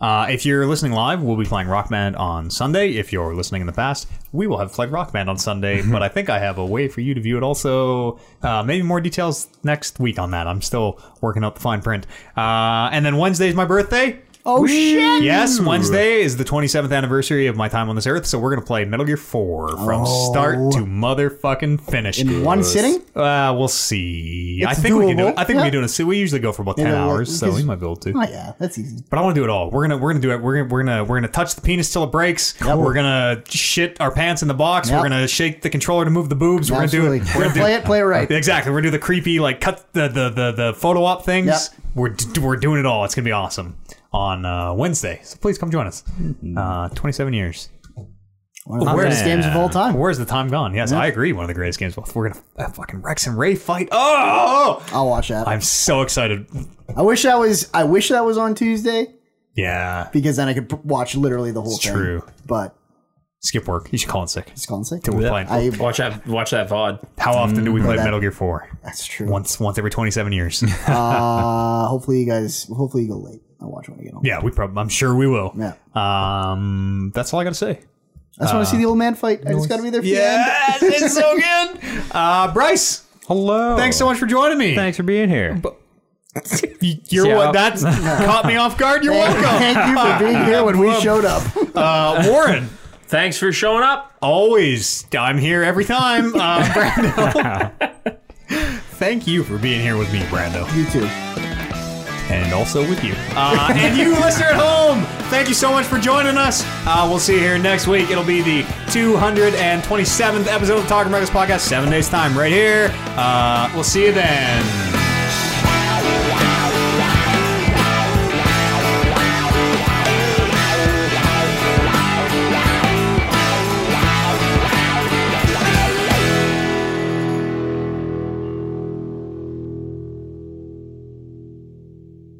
Uh, if you're listening live, we'll be playing Rock Band on Sunday. If you're listening in the past, we will have played Rock Band on Sunday, but I think I have a way for you to view it also. Uh, maybe more details next week on that. I'm still working out the fine print. Uh, and then Wednesday's my birthday. Oh shit! Yes, Wednesday is the 27th anniversary of my time on this earth, so we're going to play Metal Gear 4 from start to motherfucking finish. Oh. In one sitting, Uh, we'll see. I It's think we can do it. doable. I think we Yeah. can do it. We usually go for about ten Yeah, well, hours, so because- we might be able to. oh yeah, that's easy. But I want to do it all. We're gonna we're gonna do it. We're gonna we're gonna we're gonna touch the penis till it breaks. We're gonna shit our pants in the box. Yep. We're gonna shake the controller to move the boobs. We're Absolutely. gonna do it. We're gonna play it, play it right. Exactly. We're gonna do the creepy like cut the the the, the photo op things. Yep. We're d- we're doing it all. It's gonna be awesome on uh, Wednesday. So please come join us. Mm-hmm. Uh, Twenty seven years. Uh, One of the worst games of all time. Where's the time gone? Yes, I agree. One of the greatest games. of all- We're gonna uh, fucking Rex and Ray fight. Oh, I'll watch that. i I'm so excited. wish that was. I wish that was on Tuesday Yeah. because then I could p- watch literally the whole thing. true. but Skip work. You should call in sick. it's gone sick. Till we're playing. I. Mm-hmm. Watch that. Watch that VOD. How often do we play that- Metal Gear 4? That's true. Once once every 27 years. Uh, hopefully you guys. Hopefully you go late. I'll watch when I get home. yeah, we probably I'm sure we will. Yeah. Um that's all I got to say. I just want to see the old man fight. I just got to be there for the end. it's so good. Uh Bryce, Hello. thanks so much for joining me. Thanks for being here. Y- You're Yeah. what that's caught me off guard. You're welcome. Thank you for being here when we showed up. Uh Warren, Thanks for showing up. always I'm here every time. Uh Brando. Thank you for being here with me, Brando. You too. and also with you. Uh, and you, listener at home, thank you so much for joining us. Uh, we'll see you here next week. It'll be the 227th episode of the Talking Records Podcast, seven days' time, right here. Uh, we'll see you then.